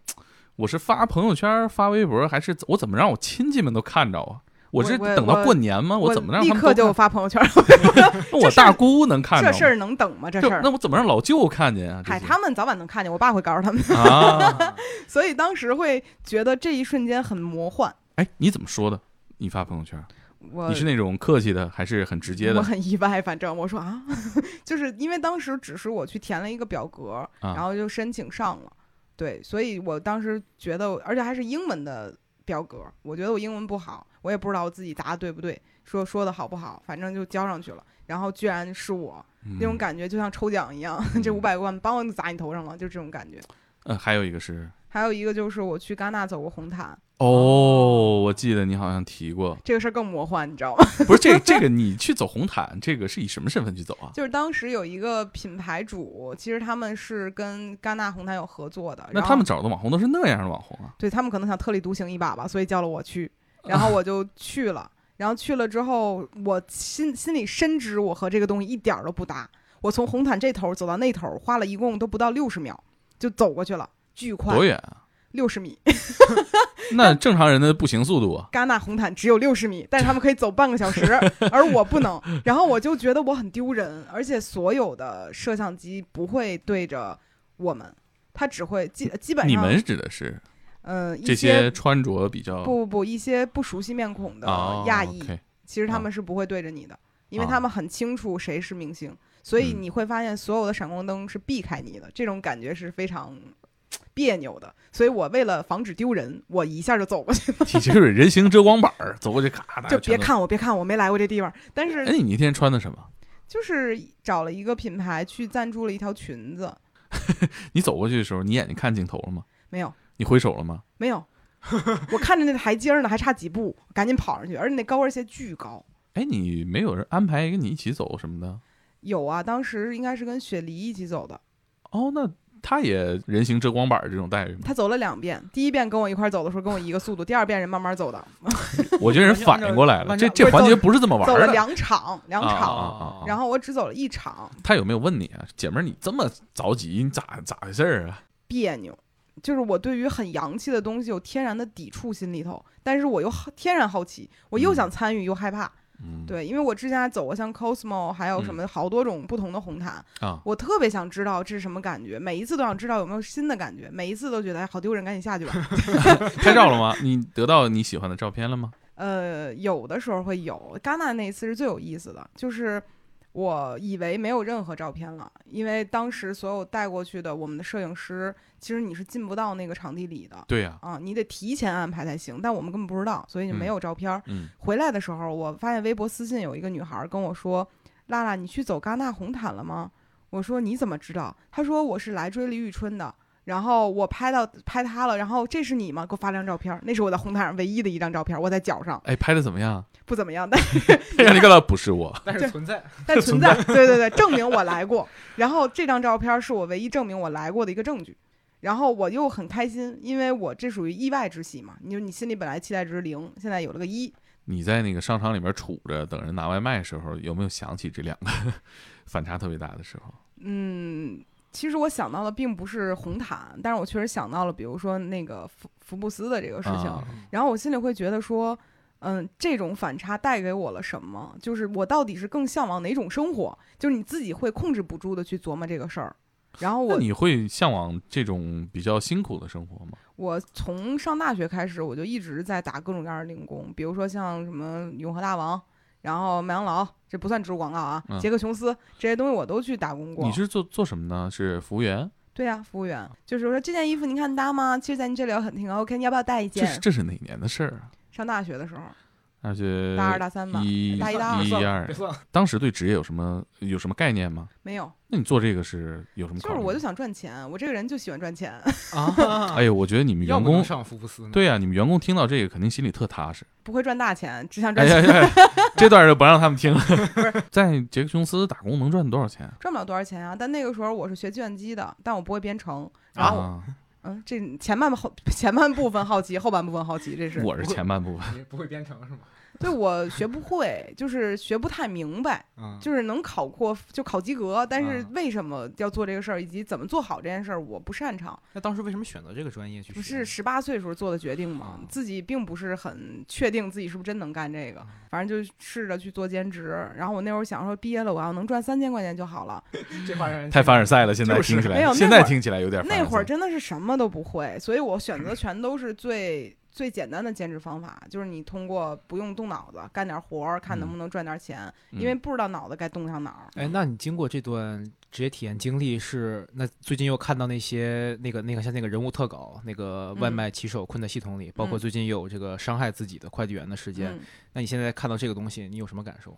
Speaker 1: 我是发朋友圈、发微博，还是我怎么让我亲戚们都看着啊？我是
Speaker 2: 我我
Speaker 1: 等到过年吗？我怎么让
Speaker 2: 立
Speaker 1: 他们都
Speaker 2: 刻就
Speaker 1: 看
Speaker 2: 发朋友圈？
Speaker 1: 那
Speaker 2: 这
Speaker 1: 我
Speaker 2: 事儿
Speaker 1: 大姑能看着
Speaker 2: 这
Speaker 1: 吗？
Speaker 2: 事儿能等吗？这
Speaker 1: 就
Speaker 2: 事儿
Speaker 1: 那，我怎么让老舅看见啊？这
Speaker 2: 嗨，
Speaker 1: 些
Speaker 2: 他们早晚能看见，我爸会告诉他们。
Speaker 1: 啊，
Speaker 2: 所以当时会觉得这一瞬间很魔幻。
Speaker 1: 哎，你怎么说的？你发朋友圈，
Speaker 2: 我
Speaker 1: 你是那种客气的，还是很直接
Speaker 2: 我
Speaker 1: 的？
Speaker 2: 很意外，反正我说啊， 就是因为当时只是我去填了一个表格，
Speaker 1: 啊
Speaker 2: 然后就申请上了。对，所以我当时觉得，而且还是英文的表格，我觉得我英文不好，我也不知道我自己答的对不对，说说的好不好，反正就交上去了。然后居然是我，那种
Speaker 1: 嗯
Speaker 2: 感觉就像抽奖一样，这五百万梆就砸你头上了，就这种感觉。
Speaker 1: 呃，还有一个是
Speaker 2: 还有一个就是我去戛纳走过红毯，
Speaker 1: 哦，我记得你好像提过，
Speaker 2: 这个事儿更魔幻，你知道吗？
Speaker 1: 不是这个这个你去走红毯，这个是以什么身份去走啊？
Speaker 2: 就是当时有一个品牌主，其实他们是跟戛纳红毯有合作的，
Speaker 1: 那
Speaker 2: 然后
Speaker 1: 他们找的网红都是那样的网红啊？
Speaker 2: 对他们可能想特立独行一把吧，所以叫了我去，然后我就去了，然后去了之后，我心心里深知我和这个东西一点儿都不搭，我从红毯这头走到那头，花了一共都不到六十秒就走过去了，巨快
Speaker 1: 多，远啊？
Speaker 2: 六十米，
Speaker 1: 那正常人的步行速度啊，
Speaker 2: 戛纳红毯只有六十米，但是他们可以走半个 小时，而我不能。然后我就觉得我很丢人，而且所有的摄像机不会对着我们，它只会基基本上
Speaker 1: 你们指的是
Speaker 2: 嗯、呃、一
Speaker 1: 这些穿着比较
Speaker 2: 不不不一些不熟悉面孔的
Speaker 1: 啊
Speaker 2: 亚裔，
Speaker 1: OK
Speaker 2: 其实
Speaker 1: 啊
Speaker 2: 他们是不会对着你的，因为
Speaker 1: 啊
Speaker 2: 他们很清楚谁是明星，所以
Speaker 1: 嗯
Speaker 2: 你会发现所有的闪光灯是避开你的，这种感觉是非常别扭的。所以我为了防止丢人，我一下就走过去了，
Speaker 1: 其实就是人形遮光板儿，走过去咔，大家
Speaker 2: 就别
Speaker 1: 全都。
Speaker 2: 看我，别看我，没来过这地方。但
Speaker 1: 哎，
Speaker 2: 是
Speaker 1: 你那天穿的什么？
Speaker 2: 就是找了一个品牌去赞助了一条裙子，
Speaker 1: 你走过去的时候，你眼睛看镜头了吗？
Speaker 2: 没有
Speaker 1: 你挥手了吗？
Speaker 2: 没有，我看着那台阶儿呢，还差几步，赶紧跑上去，而且那高跟鞋巨高。
Speaker 1: 哎，你没有人安排跟你一起走什么的？
Speaker 2: 有啊，当时应该是跟雪梨一起走的。
Speaker 1: 哦，那他也人形遮光板儿这种待遇吗？
Speaker 2: 他走了两遍，第一遍跟我一块儿走的时候跟我一个速度，第二遍人慢慢走的，
Speaker 1: 我觉得人反应过来 了，
Speaker 3: 完
Speaker 1: 这
Speaker 3: 全
Speaker 1: 这环节不是这么玩
Speaker 2: 走
Speaker 1: 儿
Speaker 2: 了
Speaker 1: 的。
Speaker 2: 两场，两场，
Speaker 1: 啊啊啊啊
Speaker 2: 然后我只走了一场，
Speaker 1: 他有没有问你啊，姐们儿，你这么着急，你咋咋回事儿啊？
Speaker 2: 别扭。就是我对于很洋气的东西有天然的抵触心里头，但是我又好天然好奇，我又想参与又害怕。
Speaker 1: 嗯，
Speaker 2: 对，因为我之前还走过像 Cosmo，还有什么好多种不同的红毯，
Speaker 1: 啊，
Speaker 2: 我特别想知道这是什么感觉，每一次都想知道有没有新的感觉，每一次都觉得哎好丢人，赶紧下去吧。
Speaker 1: 拍照了吗？你得到你喜欢的照片了吗？
Speaker 2: 呃，有的时候会有。戛纳那一次是最有意思的，就是我以为没有任何照片了，因为当时所有带过去的我们的摄影师，其实你是进不到那个场地里的
Speaker 1: 对呀、
Speaker 2: 啊，你得提前安排才行。但我们根本不知道，所以就没有照片儿。
Speaker 1: 嗯，
Speaker 2: 回来的时候，我发现微博私信有一个女孩跟我说：“娜娜，你去走戛纳红毯了吗？”我说：“你怎么知道？”她说：“我是来追李宇春的。”然后我拍到拍她了，然后这是你吗？给我发张照片儿，那是我在红毯上唯一的一张照片儿，我在脚上
Speaker 1: 哎，拍的怎么样？ 哎
Speaker 2: 不怎么样， 但
Speaker 1: 让你看到不是我，
Speaker 3: 但
Speaker 2: 对
Speaker 3: 是存在，
Speaker 2: 但存在，对对对，证明我来过。然后这张照片是我唯一证明我来过的一个证据。然后我又很开心，因为我这属于意外之喜嘛。你就你心里本来期待值是零，现在有了个一，
Speaker 1: 你在那个商场里面杵着等人拿外卖的时候，有没有想起这两个 反差特别大的时候？
Speaker 2: 嗯，其实我想到的并不是红毯，但是我确实想到了，比如说那个福福布斯的这个事情。
Speaker 1: 啊
Speaker 2: 然后我心里会觉得说，嗯，这种反差带给我了什么？就是我到底是更向往哪种生活？就是你自己会控制不住的去琢磨这个事儿。然后
Speaker 1: 那
Speaker 2: 我
Speaker 1: 你会向往这种比较辛苦的生活吗？
Speaker 2: 我从上大学开始，我就一直在打各种各样的零工，比如说像什么永和大王，然后麦当劳，这不算植入广告啊，
Speaker 1: 嗯
Speaker 2: 杰克琼斯这些东西我都去打工过。
Speaker 1: 你是做做什么呢？是服务员？
Speaker 2: 对呀、服务员就是说这件衣服您看搭吗？其实在您这里有很挺 OK，你要不要带一
Speaker 1: 这
Speaker 2: 件？
Speaker 1: 是这是哪年的事儿啊？
Speaker 2: 上大学的时候，
Speaker 1: 那是
Speaker 2: 大二大三吧，
Speaker 1: 呃一
Speaker 2: 大一大二
Speaker 1: 一二
Speaker 3: 别，算了，
Speaker 1: 当时对职业有什么有什么概念吗？
Speaker 2: 没有，
Speaker 1: 那你做这个是有什么
Speaker 2: 就
Speaker 1: 考虑？
Speaker 2: 是我就想赚钱，我这个人就喜欢赚钱。
Speaker 3: 啊，
Speaker 1: 哎，呦，我觉得你们
Speaker 3: 要
Speaker 1: 员
Speaker 3: 不能
Speaker 1: 工
Speaker 3: 上福布斯呢？
Speaker 1: 对呀、啊你们员工听到这个肯定心里特踏 实。
Speaker 2: 不会赚大钱，只想
Speaker 1: 哎
Speaker 2: 赚钱，
Speaker 1: 呀呀，呀这段就不让他们听 了。在杰克琼斯打工能赚多少钱？
Speaker 2: 赚不了多少钱啊。但那个时候我是学计算机的，但我不会编程。然后我，
Speaker 1: 啊，
Speaker 2: 嗯，这前半后前半部分好奇，后半部分好奇，这是
Speaker 1: 我是前半部 分。
Speaker 3: 你不会编程是吗？
Speaker 2: 对我学不会，就是学不太明白，
Speaker 1: 嗯
Speaker 3: 啊，
Speaker 2: 就是能考过就考及格，但是
Speaker 3: 啊
Speaker 2: 为什么要做这个事儿，以及怎么做好这件事儿，我不擅长。
Speaker 3: 那当时为什么选择这个专业去学？
Speaker 2: 不是十八岁时候做的决定嘛，
Speaker 3: 啊
Speaker 2: 自己并不是很确定自己是不是真能干这个，反正就试着去做兼职。然后我那会儿想说，毕业了我要能赚三千块钱就好了。
Speaker 3: 这话让人
Speaker 1: 太凡尔赛了，现在
Speaker 3: 就是
Speaker 1: 听起
Speaker 2: 没有
Speaker 1: 来，
Speaker 2: 那
Speaker 1: 现
Speaker 2: 会
Speaker 1: 在
Speaker 2: 儿
Speaker 1: 听起来有点凡尔
Speaker 2: 那
Speaker 1: 赛
Speaker 2: 会儿真的是什么都不会，所以我选择全都是最最简单的兼职方法，就是你通过不用动脑子干点活儿，看能不能赚点钱，因为
Speaker 1: 嗯
Speaker 2: 不知道脑子该动向哪儿。
Speaker 3: 哎，那你经过这段职业体验经历是，那最近又看到那些那个那个像那个人物特稿，那个外
Speaker 2: 嗯
Speaker 3: 卖骑手困在系统里，包括
Speaker 2: 嗯
Speaker 3: 最近有这个伤害自己的快递员的事件，
Speaker 2: 嗯，
Speaker 3: 那你现在看到这个东西，你有什么感受？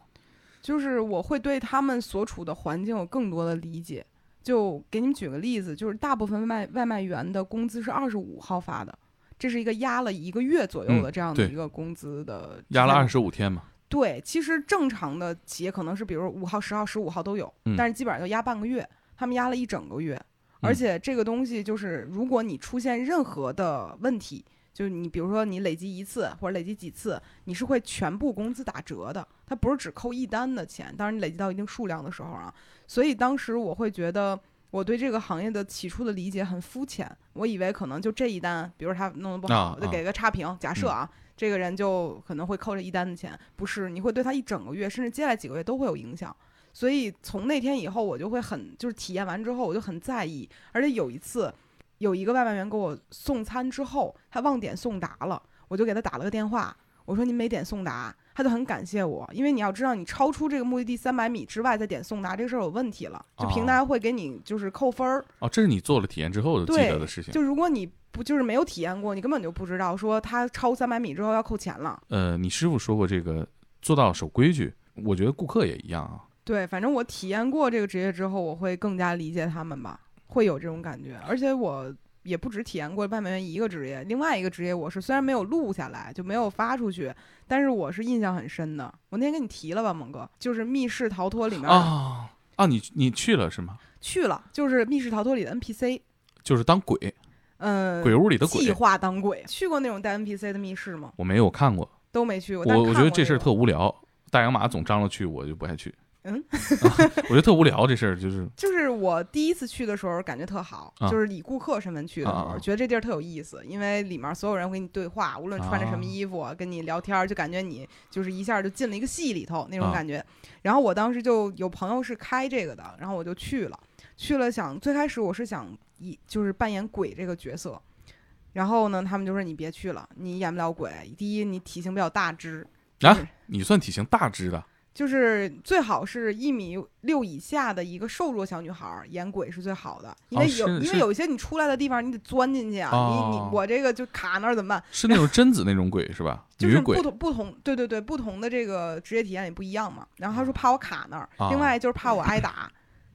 Speaker 2: 就是我会对他们所处的环境有更多的理解。就给你们举个例子，就是大部分外外卖员的工资是二十五号发的，这是一个压了一个月左右的
Speaker 1: 嗯
Speaker 2: 这样的
Speaker 1: 对
Speaker 2: 一个工资的
Speaker 1: 压了二
Speaker 2: 十。
Speaker 1: 十五天嘛。
Speaker 2: 对，其实正常的企业可能是比如五号、十号、十五号都有，
Speaker 1: 嗯
Speaker 2: 但是基本上就压半个月，他们压了一整个月。而且这个东西就是，如果你出现任何的问题，就是你比如说你累积一次或者累积几次，你是会全部工资打折的，它不是只扣一单的钱。当然你累积到一定数量的时候啊，所以当时我会觉得，我对这个行业的起初的理解很肤浅，我以为可能就这一单，比如他弄得不好，
Speaker 1: 啊
Speaker 2: 我就
Speaker 1: 啊嗯
Speaker 2: 给个差评。假设啊，这个人就可能会扣这一单的钱，不是，你会对他一整个月，甚至接下来几个月都会有影响。所以从那天以后，我就会很就是体验完之后，我就很在意。而且有一次，有一个外卖员给我送餐之后，他忘点送达了，我就给他打了个电话，我说您没点送达，他就很感谢我，因为你要知道，你超出这个目的地三百米之外再点送达这个事儿有问题了，就平台会给你就是扣分儿。
Speaker 1: 哦，这是你做了体验之后记
Speaker 2: 对
Speaker 1: 得的事情。
Speaker 2: 就如果你不就是没有体验过，你根本就不知道说他超三百米之后要扣钱了。
Speaker 1: 呃，你师傅说过这个做到守规矩，我觉得顾客也一样啊。
Speaker 2: 对，反正我体验过这个职业之后，我会更加理解他们吧，会有这种感觉。而且我也不止体验过外卖员一个职业，另外一个职业我是虽然没有录下来，就没有发出去，但是我是印象很深的。我那天跟你提了吧，猛哥，就是密室逃脱里面、
Speaker 1: 啊啊，你你去了是吗？
Speaker 2: 去了，就是密室逃脱里的 NPC，
Speaker 1: 就是当鬼，
Speaker 2: 嗯、
Speaker 1: 鬼屋里的
Speaker 2: 计
Speaker 1: 鬼，
Speaker 2: 划当鬼，去过那种带 NPC 的密室吗？
Speaker 1: 我没有看过，
Speaker 2: 都没去过。但
Speaker 1: 我我
Speaker 2: 看
Speaker 1: 觉得
Speaker 2: 过
Speaker 1: 这事儿
Speaker 2: 那
Speaker 1: 特
Speaker 2: 种
Speaker 1: 无聊。大洋马总张罗去，我就不爱去。
Speaker 2: 嗯
Speaker 1: 啊我觉得特无聊这事儿，就是
Speaker 2: 就是我第一次去的时候感觉特好，
Speaker 1: 啊
Speaker 2: 就是以顾客身份去的时候，
Speaker 1: 啊啊啊
Speaker 2: 觉得这地儿特有意思，因为里面所有人会跟你对话，无论穿着什
Speaker 1: 啊
Speaker 2: 么衣服、啊跟你聊天儿，就感觉你就是一下就进了一个戏里头那种
Speaker 1: 啊
Speaker 2: 感觉。然后我当时就有朋友是开这个的，然后我就去了，去了想最开始我是想以就是扮演鬼这个角色。然后呢，他们就说你别去了，你演不了鬼。第一，你体型比较大只，
Speaker 1: 啊
Speaker 2: 就是
Speaker 1: 你算体型大只的
Speaker 2: 就是最好是一米六以下的一个瘦弱小女孩儿演鬼是最好的，因为有、
Speaker 1: 哦是
Speaker 2: 因
Speaker 1: 是
Speaker 2: 为有一些你出来的地方你得钻进去啊，你
Speaker 1: 哦
Speaker 2: 你我这个就卡那儿怎么办？
Speaker 1: 是那种贞子那种鬼是吧？
Speaker 2: 就
Speaker 1: 女
Speaker 2: 是不
Speaker 1: 鬼
Speaker 2: 同不同对对对不同的这个职业体验也不一样嘛。然后他说怕我卡那儿，
Speaker 1: 啊
Speaker 2: 另外就是怕我挨 打，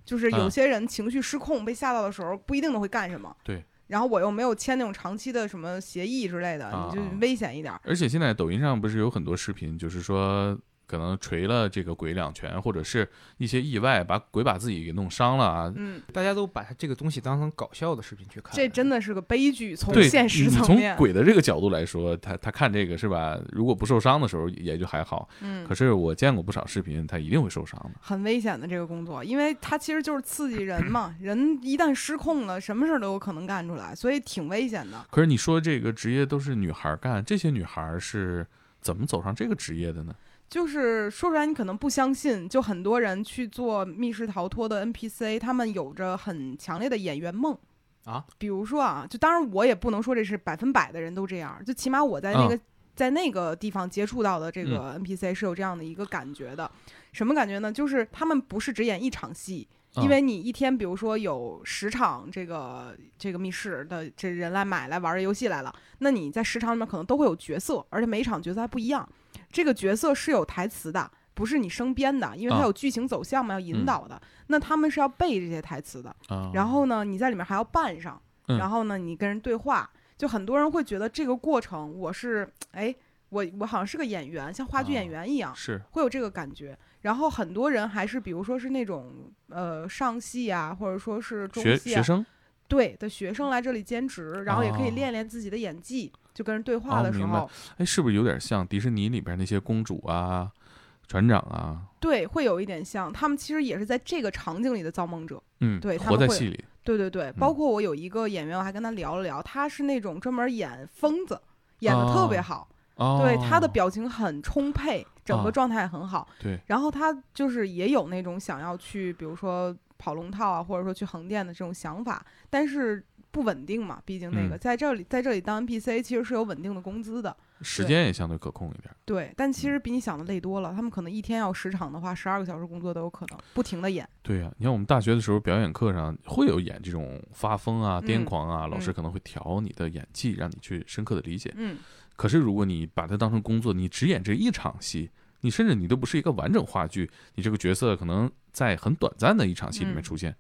Speaker 2: 就是有
Speaker 1: 嗯
Speaker 2: 些人情绪失控被吓到的时候不一定都会干什么。
Speaker 1: 对。
Speaker 2: 然后我又没有签那种长期的什么协议之类的，
Speaker 1: 啊
Speaker 2: 你就
Speaker 1: 啊
Speaker 2: 危险一点儿。
Speaker 1: 而且现在抖音上不是有很多视频，就是说可能锤了这个鬼两拳，或者是一些意外把鬼把自己给弄伤了啊。
Speaker 2: 嗯，
Speaker 3: 大家都把它这个东西当成搞笑的视频去看，啊
Speaker 2: 这真的是个悲剧，从
Speaker 1: 对，
Speaker 2: 现实
Speaker 1: 你
Speaker 2: 层
Speaker 1: 从
Speaker 2: 面。
Speaker 1: 鬼的这个角度来说，他他看这个是吧？如果不受伤的时候也就还好。
Speaker 2: 嗯
Speaker 1: 可，是我见过不少视频，他一定会受伤的。
Speaker 2: 很危险的这个工作，因为它其实就是刺激人嘛，人一旦失控了，什么事儿都有可能干出来，所以挺危险的。
Speaker 1: 可是你说这个职业都是女孩儿干，这些女孩儿是怎么走上这个职业的呢？
Speaker 2: 就是说出来你可能不相信，就很多人去做密室逃脱的 NPC，他们有着很强烈的演员梦
Speaker 3: 啊。
Speaker 2: 比如说啊，就当然我也不能说这是百分百的人都这样，就起码我在那个、在那个地方接触到的这个 NPC 是有这样的一个感觉的。什么感觉呢？就是他们不是只演一场戏。
Speaker 1: 啊
Speaker 2: 因为你一天，比如说有十场这个这个密室的这人来买来玩儿游戏来了，那你在十场里面可能都会有角色，而且每一场角色还不一样。这个角色是有台词的，不是你生编的，因为它
Speaker 1: 啊
Speaker 2: 有剧情走向嘛，要
Speaker 1: 嗯
Speaker 2: 引导的。那他们是要背这些台词的，
Speaker 1: 啊，
Speaker 2: 然后呢，你在里面还要扮上，
Speaker 1: 嗯
Speaker 2: 然后呢，你跟人对话，就很多人会觉得这个过程我是哎，我我好像是个演员，像话剧演
Speaker 1: 啊
Speaker 2: 员一样，
Speaker 1: 是
Speaker 2: 会有这个感觉。然后很多人还是比如说是那种呃上戏啊，或者说是中
Speaker 1: 学
Speaker 2: 戏啊
Speaker 1: 学，生
Speaker 2: 对的学生来这里兼职，然后也可以
Speaker 1: 哦
Speaker 2: 练练自己的演技，就跟人对话
Speaker 1: 哦
Speaker 2: 的时
Speaker 1: 明
Speaker 2: 候，
Speaker 1: 白哎，是不是有点像迪士尼里边那些公主啊、船长啊？
Speaker 2: 对，会有一点像，他们其实也是在这个场景里的造梦者。
Speaker 1: 嗯，
Speaker 2: 对他
Speaker 1: 活
Speaker 2: 们
Speaker 1: 在
Speaker 2: 会
Speaker 1: 戏里。
Speaker 2: 对对
Speaker 1: 嗯
Speaker 2: 对，包括我有一个演员，我还跟他聊了聊，他是那种专门演疯子，演的特别
Speaker 1: 哦
Speaker 2: 好，
Speaker 1: 哦，
Speaker 2: 对他的表情很充沛，整个
Speaker 1: 哦
Speaker 2: 状态很好。
Speaker 1: 对，
Speaker 2: 然后他就是也有那种想要去，比如说跑龙套啊，或者说去横店的这种想法，但是不稳定嘛，毕竟那个、
Speaker 1: 嗯
Speaker 2: 在这里在这里当 NPC 其实是有稳定的工资的。
Speaker 1: 时
Speaker 2: 对
Speaker 1: 间也相对可控一点。
Speaker 2: 对，但
Speaker 1: 嗯
Speaker 2: 其实比你想的累多了。他们可能一天要十场的话，十二个小时工作都有可能，不停的演。
Speaker 1: 对啊呀、你看我们大学的时候表演课上会有演这种发疯啊、
Speaker 2: 嗯
Speaker 1: 癫狂啊，老师
Speaker 2: 嗯
Speaker 1: 可能会调你的演技，让你去深刻的理解。
Speaker 2: 嗯，
Speaker 1: 可是如果你把它当成工作，你只演这一场戏，你甚至你都不是一个完整话剧，你这个角色可能在很短暂的一场戏里面
Speaker 2: 嗯
Speaker 1: 出现，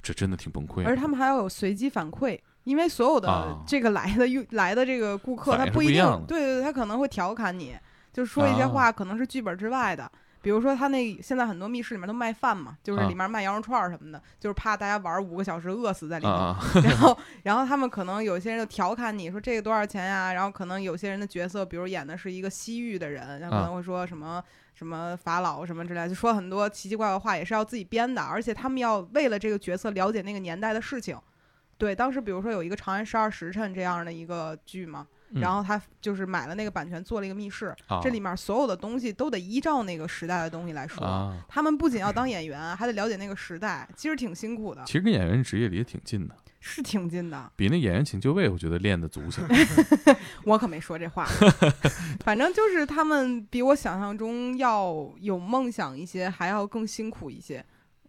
Speaker 1: 这真的挺崩溃的。
Speaker 2: 而他们还要有随机反馈，因为所有的
Speaker 1: 啊
Speaker 2: 这个来的用、来的这个顾客，
Speaker 1: 反
Speaker 2: 他
Speaker 1: 应是
Speaker 2: 不
Speaker 1: 不
Speaker 2: 一
Speaker 1: 一
Speaker 2: 定
Speaker 1: 样的
Speaker 2: 对对，对他可能会调侃你，就说一些
Speaker 1: 啊
Speaker 2: 话可能是剧本之外的。比如说他那现在很多密室里面都卖饭嘛，就是
Speaker 1: 啊
Speaker 2: 里面卖羊肉串儿什么的，就是怕大家玩五个小时饿死在里
Speaker 1: 啊
Speaker 2: 头。
Speaker 1: 啊，
Speaker 2: 然后，然后他们可能有些人就调侃你说这个多少钱呀、然后可能有些人的角色，比如演的是一个西域的人，
Speaker 1: 啊
Speaker 2: 然后可能会说什么、什么法老什么之类的，就说很多奇奇怪怪的话，也是要自己编的。而且他们要为了这个角色了解那个年代的事情。对，当时比如说有一个《长安十二时辰》这样的一个剧嘛，
Speaker 1: 嗯
Speaker 2: 然后他就是买了那个版权做了一个密室，
Speaker 1: 啊
Speaker 2: 这里面所有的东西都得依照那个时代的东西来说。
Speaker 1: 啊，
Speaker 2: 他们不仅要当演员，还得了解那个时代，其实挺辛苦的
Speaker 1: 其，实跟演员职业离得挺近的，
Speaker 2: 是挺近的。
Speaker 1: 比那演员请就位，我觉得练的足 些。
Speaker 2: 我可没说 这话，反正就是他们比我想象中要有梦想一些，还要更辛苦一些。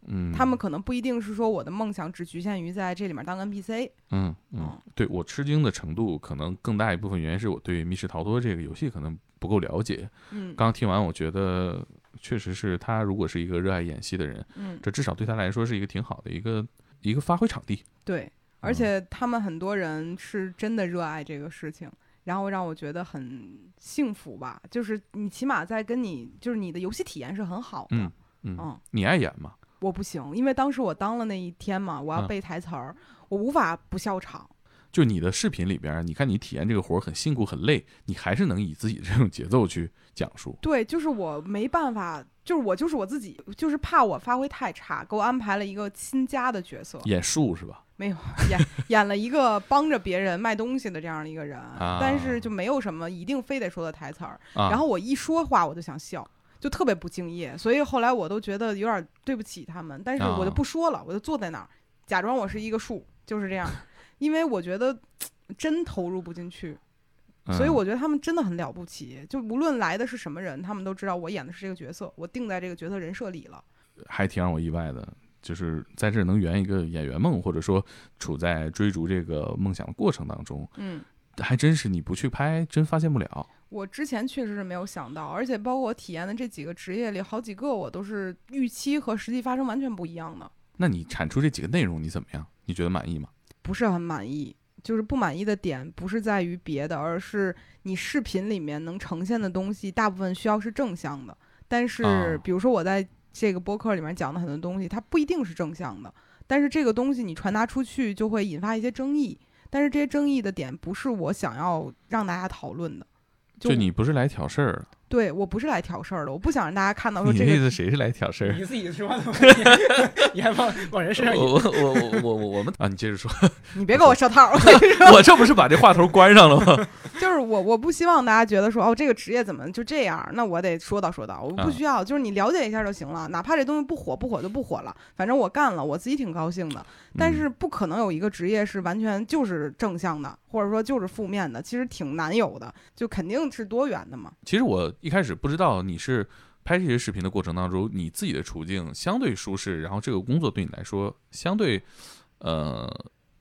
Speaker 1: 嗯，
Speaker 2: 他们可能不一定是说我的梦想只局限于在这里面当 NPC，
Speaker 1: 嗯嗯
Speaker 2: 嗯，
Speaker 1: 对我吃惊的程度，可能更大一部分原因是我对密室逃脱这个游戏可能不够了解。
Speaker 2: 嗯
Speaker 1: 刚听完，我觉得确实是他如果是一个热爱演戏的人，
Speaker 2: 嗯，
Speaker 1: 这至少对他来说是一个挺好的一个一个发挥场地。
Speaker 2: 对。而且他们很多人是真的热爱这个事情，然后让我觉得很幸福吧。就是你起码在跟你就是你的游戏体验是很好的，
Speaker 1: 嗯
Speaker 2: 嗯。
Speaker 1: 嗯，你爱演吗？
Speaker 2: 我不行，因为当时我当了那一天嘛，我要
Speaker 1: 嗯
Speaker 2: 背台词儿，我无法不笑场。
Speaker 1: 就你的视频里边，你看你体验这个活儿很辛苦很累，你还是能以自己这种节奏去讲述。
Speaker 2: 对，就是我没办法，就是我就是我自己，就是怕我发挥太差，给我安排了一个亲家的角色，
Speaker 1: 演述是吧？
Speaker 2: 没有演演了一个帮着别人卖东西的这样的一个人，但是就没有什么一定非得说的台词儿。
Speaker 1: 啊，
Speaker 2: 然后我一说话我就想笑，就特别不敬业，所以后来我都觉得有点对不起他们，但是我就
Speaker 1: 啊
Speaker 2: 不说了，我就坐在那儿，假装我是一个树，就是这样，因为我觉得真投入不进去。所以
Speaker 1: 嗯
Speaker 2: 我觉得他们真的很了不起，就无论来的是什么人，他们都知道我演的是这个角色，我定在这个角色人设里了。
Speaker 1: 嗯还挺让我意外的，就是在这儿能圆一个演员梦，或者说处在追逐这个梦想的过程当中，
Speaker 2: 嗯，
Speaker 1: 还真是你不去拍，真发现不了。
Speaker 2: 我之前确实是没有想到，而且包括我体验的这几个职业里，好几个我都是预期和实际发生完全不一样的，
Speaker 1: 那你产出这几个内容，你怎么样？你觉得满意吗？
Speaker 2: 不是很满意。就是不满意的点不是在于别的，而是你视频里面能呈现的东西，大部分需要是正向的。但是
Speaker 1: 啊，
Speaker 2: 比如说我在这个播客里面讲的很多东西，它不一定是正向的，但是这个东西你传达出去就会引发一些争议。但是这些争议的点不是我想要让大家讨论的，
Speaker 1: 就你不是来挑事儿，
Speaker 2: 对我不是来挑事儿的，我不想让大家看到说
Speaker 1: 你
Speaker 2: 这
Speaker 1: 那意
Speaker 2: 个
Speaker 1: 思谁是来挑事 儿？
Speaker 3: 你自己说的吗， 你还往往人身上引，
Speaker 1: 我我我我我 们啊，你接着说，
Speaker 2: 你别给我设套，我跟你说
Speaker 1: 我这不是把这话头关上了吗？
Speaker 2: 就是我我不希望大家觉得说哦这个职业怎么就这样，那我得说道说道，我
Speaker 1: 嗯
Speaker 2: 不需要，就是你了解一下就行了，哪怕这东西不火不火就不火了，反正我干了，我自己挺高兴的。但
Speaker 1: 嗯
Speaker 2: 是不可能有一个职业是完全就是正向的，或者说就是负面的，其实挺难有的，就肯定是多元的嘛。
Speaker 1: 其实我一开始不知道你是拍这些视频的过程当中，你自己的处境相对舒适，然后这个工作对你来说相对呃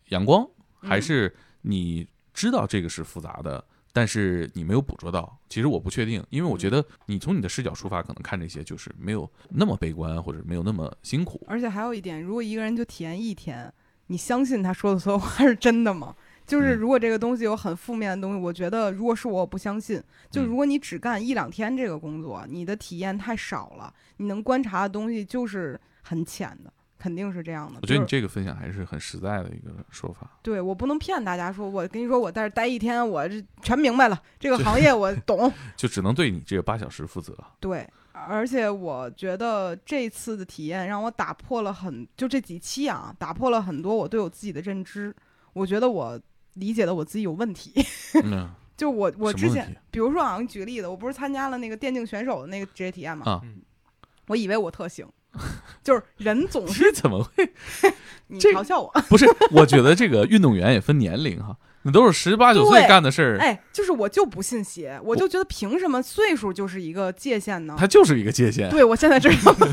Speaker 1: 阳光，还
Speaker 2: 嗯
Speaker 1: 是你知道这个是复杂的，但是你没有捕捉到？其实我不确定，因为我
Speaker 2: 嗯
Speaker 1: 觉得你从你的视角出发，可能看这些就是没有那么悲观，或者没有那么辛苦。
Speaker 2: 而且还有一点，如果一个人就体验一天，你相信他说的所有话是真的吗？就是
Speaker 1: 嗯
Speaker 2: 如果这个东西有很负面的东西，我觉得如果是我，我不相信。就
Speaker 1: 嗯
Speaker 2: 如果你只干一两天这个工作，你的体验太少了，你能观察的东西就是很浅的，肯定是这样的。
Speaker 1: 我觉得
Speaker 2: 就
Speaker 1: 你
Speaker 2: 是
Speaker 1: 这个分享还是很实在的一个说法。
Speaker 2: 对我不能骗大家说，我跟你说我在这儿待一天，我这全明白了，这个行业我懂。
Speaker 1: 就只能对你这个八小时负 责。
Speaker 2: 对，而且我觉得这次的体验让我打破了很，就这几期啊，打破了很多我对我自己的认知。我觉得我理解的我自己有问题。
Speaker 1: 嗯，
Speaker 2: 就我我
Speaker 1: 什么
Speaker 2: 之
Speaker 1: 问
Speaker 2: 前
Speaker 1: 题，
Speaker 2: 比如说啊，我举个例子，我不是参加了那个电竞选手的那个职业体验嘛，
Speaker 1: 啊
Speaker 3: 嗯
Speaker 2: 我以为我特行， 就是人 总是
Speaker 1: 这怎么会？
Speaker 2: 你
Speaker 1: 这
Speaker 2: 嘲笑我，
Speaker 1: 不是，我觉得这个运动员也分年龄哈，那都是十八九岁
Speaker 2: 对
Speaker 1: 干的事儿，
Speaker 2: 哎，就是我就不信邪，我就觉得凭什么岁数就是一个界限呢？
Speaker 1: 它就是一个界限。
Speaker 2: 对我现在知 道了，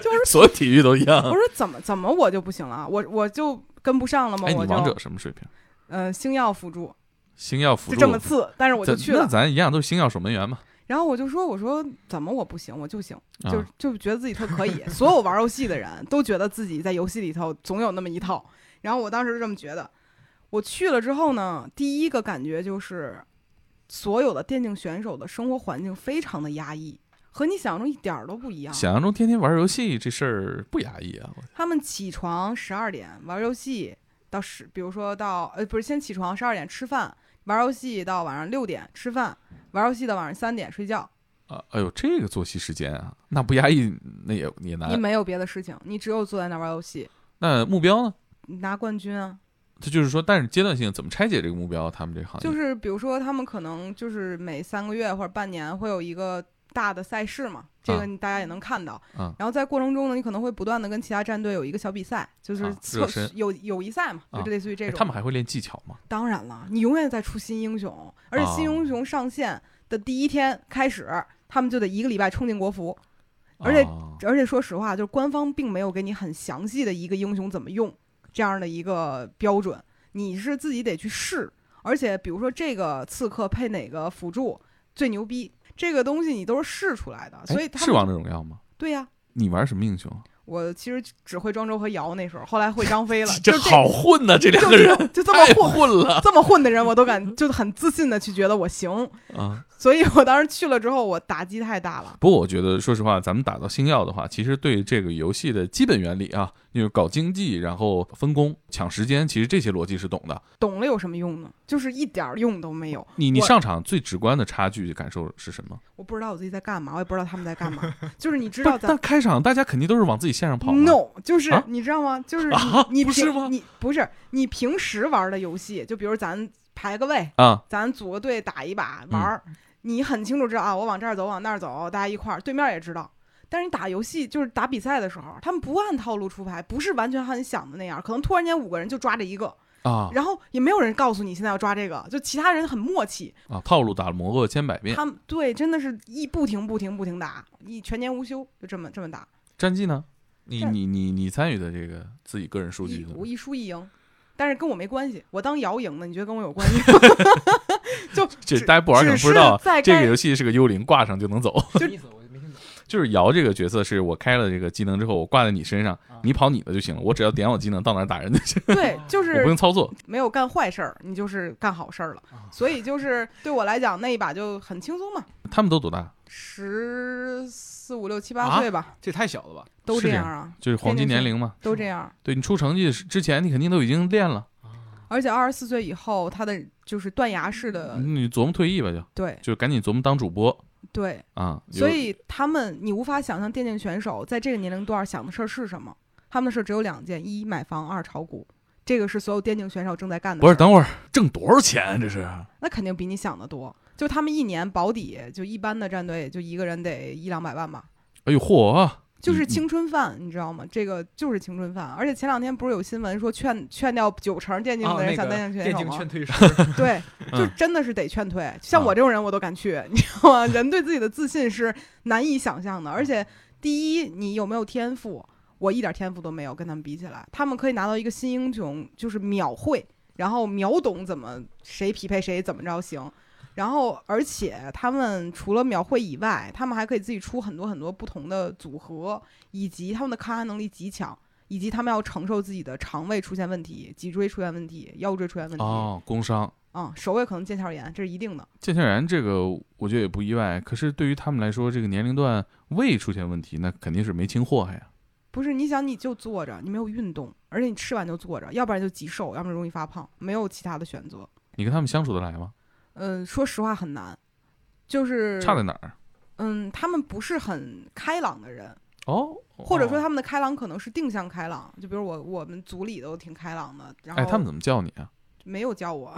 Speaker 2: 就是
Speaker 1: 所有体育都一样
Speaker 2: 我。说怎么怎么我就不行了啊？我我就跟不上了吗？
Speaker 1: 哎，你
Speaker 2: 我
Speaker 1: 王
Speaker 2: 就
Speaker 1: 者什么水平？
Speaker 2: 呃星耀辅助，
Speaker 1: 星耀辅
Speaker 2: 就
Speaker 1: 助，
Speaker 2: 这么次，但是我就
Speaker 1: 咱
Speaker 2: 去
Speaker 1: 那
Speaker 2: 了。
Speaker 1: 咱一样都是星耀守门员嘛。
Speaker 2: 然后我就说：“我说怎么我不行，我就行，
Speaker 1: 啊
Speaker 2: 就就觉得自己特可以。所有玩游戏的人都觉得自己在游戏里头总有那么一套。然后我当时就这么觉得。我去了之后呢，第一个感觉就是，所有的电竞选手的生活环境非常的压抑，和你想象中一点儿都不一样。
Speaker 1: 想象中天天玩游戏这事儿不压抑啊，我
Speaker 2: 他们起床十二点玩游戏到十，比如说到呃不是先起床十二点吃饭，玩游戏到晚上六点吃饭，玩游戏到晚上三点睡觉。
Speaker 1: 啊，哎呦，这个作息时间啊，那不压抑那也也
Speaker 2: 你
Speaker 1: 难。
Speaker 2: 没有别的事情，你只有坐在那儿玩游戏，
Speaker 1: 那目标呢？
Speaker 2: 拿冠军啊。
Speaker 1: 他就是说，但是阶段性怎么拆解这个目标？他们这个行业
Speaker 2: 就是比如说，他们可能就是每三个月或者半年会有一个大的赛事嘛，这
Speaker 1: 啊
Speaker 2: 个你大家也能看到。
Speaker 1: 啊
Speaker 2: 然后在过程中呢，你可能会不断的跟其他战队有一个小比赛，就是
Speaker 1: 啊
Speaker 2: 测、
Speaker 1: 热身
Speaker 2: 有友谊赛嘛，
Speaker 1: 啊
Speaker 2: 就类似于这
Speaker 1: 哎
Speaker 2: 种。
Speaker 1: 他们还会练技巧吗？
Speaker 2: 当然了，你永远在出新英雄，而且新
Speaker 1: 哦
Speaker 2: 英雄上线的第一天开始，他们就得一个礼拜冲进国服。而且
Speaker 1: 啊
Speaker 2: 而且说实话，就是官方并没有给你很详细的一个英雄怎么用这样的一个标准，你是自己得去试。而且比如说这个刺客配哪个辅助最牛逼，这个东西你都是试出来的，所以
Speaker 1: 哎
Speaker 2: 他们
Speaker 1: 是王者荣耀吗？
Speaker 2: 对呀、
Speaker 1: 你玩什么英雄啊？，
Speaker 2: 我其实只会庄周和瑶那时候，后来会张飞了就
Speaker 1: 这好混呐、这
Speaker 2: 就
Speaker 1: 两个人
Speaker 2: 就就这么
Speaker 1: 太
Speaker 2: 混
Speaker 1: 混了
Speaker 2: 这么混的人，我都敢就很自信的去觉得我行，
Speaker 1: 啊！
Speaker 2: 所以我当时去了之后，我打击太大了。
Speaker 1: 不过我觉得，说实话，咱们打到星耀的话，其实对这个游戏的基本原理啊，就是搞经济，然后分工、抢时间，其实这些逻辑是懂的。
Speaker 2: 懂了有什么用呢？就是一点儿用都没有。
Speaker 1: 你你
Speaker 2: 我
Speaker 1: 上场最直观的差距感受是什么？
Speaker 2: 我不知道我自己在干嘛，我也不知道他们在干嘛。 就是你知
Speaker 1: 不
Speaker 2: 道
Speaker 1: 是，
Speaker 2: 咱
Speaker 1: 但开场大家肯定都是往自己线上跑嘛。
Speaker 2: no，就是、
Speaker 1: 啊
Speaker 2: 你知道吗？就是你、
Speaker 1: 啊
Speaker 2: 你
Speaker 1: 不
Speaker 2: 平
Speaker 1: 是吗
Speaker 2: 你不是你平时玩的游戏，就比如咱排个位，
Speaker 1: 啊，嗯
Speaker 2: 咱组个队打一把玩儿，你很清楚知道啊，我往这儿走，往那儿走，大家一块儿，对面也知道。但是你打游戏就是打比赛的时候，他们不按套路出牌，不是完全像你想的那样，可能突然间五个人就抓着一个，
Speaker 1: 啊
Speaker 2: 然后也没有人告诉你现在要抓这个，就其他人很默契，
Speaker 1: 啊！套路打磨过千百遍，
Speaker 2: 他们对真的是一不停不停不停打，一全年无休，就这么这么打，
Speaker 1: 战绩呢？你
Speaker 2: 战
Speaker 1: 你你你参与的这个自己个人数据
Speaker 2: 一
Speaker 1: 呢
Speaker 2: 哎我一输一赢，但是跟我没关系，我当姚赢的，你觉得跟我有关系？ 就
Speaker 1: 这
Speaker 2: 只
Speaker 1: 大家不玩可能不知道
Speaker 2: 只是在，
Speaker 1: 这个
Speaker 2: 该
Speaker 1: 游戏是个幽灵，挂上就能走。
Speaker 3: 什么意思？我没听懂。
Speaker 1: 就是瑶这个角色是我开了这个技能之后，我挂在你身上
Speaker 3: 啊，
Speaker 1: 你跑你的就行了，我只要点我技能到哪儿打人就行，
Speaker 2: 对，就
Speaker 1: 我不
Speaker 2: 是
Speaker 1: 用操作。
Speaker 2: 没有干坏事儿，你就是干好事儿了
Speaker 3: 啊。
Speaker 2: 所以就是对我来讲，那一把就很轻松嘛，
Speaker 1: 他们都多大？
Speaker 2: 十四五六七
Speaker 3: 啊
Speaker 2: 八岁吧，
Speaker 3: 这太小了吧？
Speaker 2: 都
Speaker 1: 是这
Speaker 2: 样啊，
Speaker 1: 就是黄金年龄嘛。
Speaker 2: 都这样。
Speaker 1: 对你出成绩之前，你肯定都已经练了，
Speaker 2: 而且二十四岁以后，他的就是断崖式的，
Speaker 1: 你琢磨退役吧，就
Speaker 2: 对
Speaker 1: 就赶紧琢磨当主播
Speaker 2: 对，
Speaker 1: 啊。有
Speaker 2: 所以他们你无法想象电竞选手在这个年龄段想的事儿是什么，他们的事儿只有两件：一买房，二炒股。这个是所有电竞选手正在干的事
Speaker 1: 不
Speaker 2: 儿。
Speaker 1: 是等会儿挣多少钱？这是
Speaker 2: 那肯定比你想的多。就他们一年保底，就一般的战队，也就一个人得一两百万吧，
Speaker 1: 哎呦嚯啊！
Speaker 2: 就是
Speaker 1: 嗯
Speaker 2: 青春饭，你知道吗？这个就是青春饭。而且前两天不是有新闻说劝劝掉九成电竞
Speaker 1: 哦
Speaker 3: 啊，
Speaker 2: 的人
Speaker 3: 那
Speaker 2: 想
Speaker 3: 个
Speaker 2: 电竞选
Speaker 3: 电
Speaker 2: 手
Speaker 3: 竞
Speaker 2: 吗？
Speaker 3: 劝 退师，
Speaker 2: 对，就
Speaker 1: 嗯
Speaker 2: 真的是得劝退。像
Speaker 1: 啊
Speaker 2: 我这种人，我都敢去， 你知道吗？人对自己的自信是难以想象的。而且，第一，你有没有天赋？我一点天赋都没有，跟他们比起来，他们可以拿到一个新英雄，就是秒会，然后秒懂怎么谁匹配谁怎么着行。然后，而且他们除了秒会以外，他们还可以自己出很多很多不同的组合，以及他们的抗压能力极强，以及他们要承受自己的肠胃出现问题、脊椎出现问题、腰椎出现问题。
Speaker 1: 哦，工伤。
Speaker 2: 嗯，手也可能腱鞘炎，这是一定的。
Speaker 1: 腱鞘炎这个我觉得也不意外，可是对于他们来说，这个年龄段胃出现问题，那肯定是没轻祸害呀。
Speaker 2: 不是你想你就坐着，你没有运动，而且你吃完就坐着，要不然就极瘦，要不然容易发胖，没有其他的选择。
Speaker 1: 你跟他们相处得来吗？
Speaker 2: 嗯，说实话很难，就是
Speaker 1: 差在哪儿？
Speaker 2: 嗯，他们不是很开朗的人，
Speaker 1: 哦，
Speaker 2: 或者说
Speaker 1: 哦
Speaker 2: 他们的开朗可能是定向开朗，就比如我我们组里都挺开朗的，然后
Speaker 1: 哎，他们怎么叫你啊？
Speaker 2: 没有教我，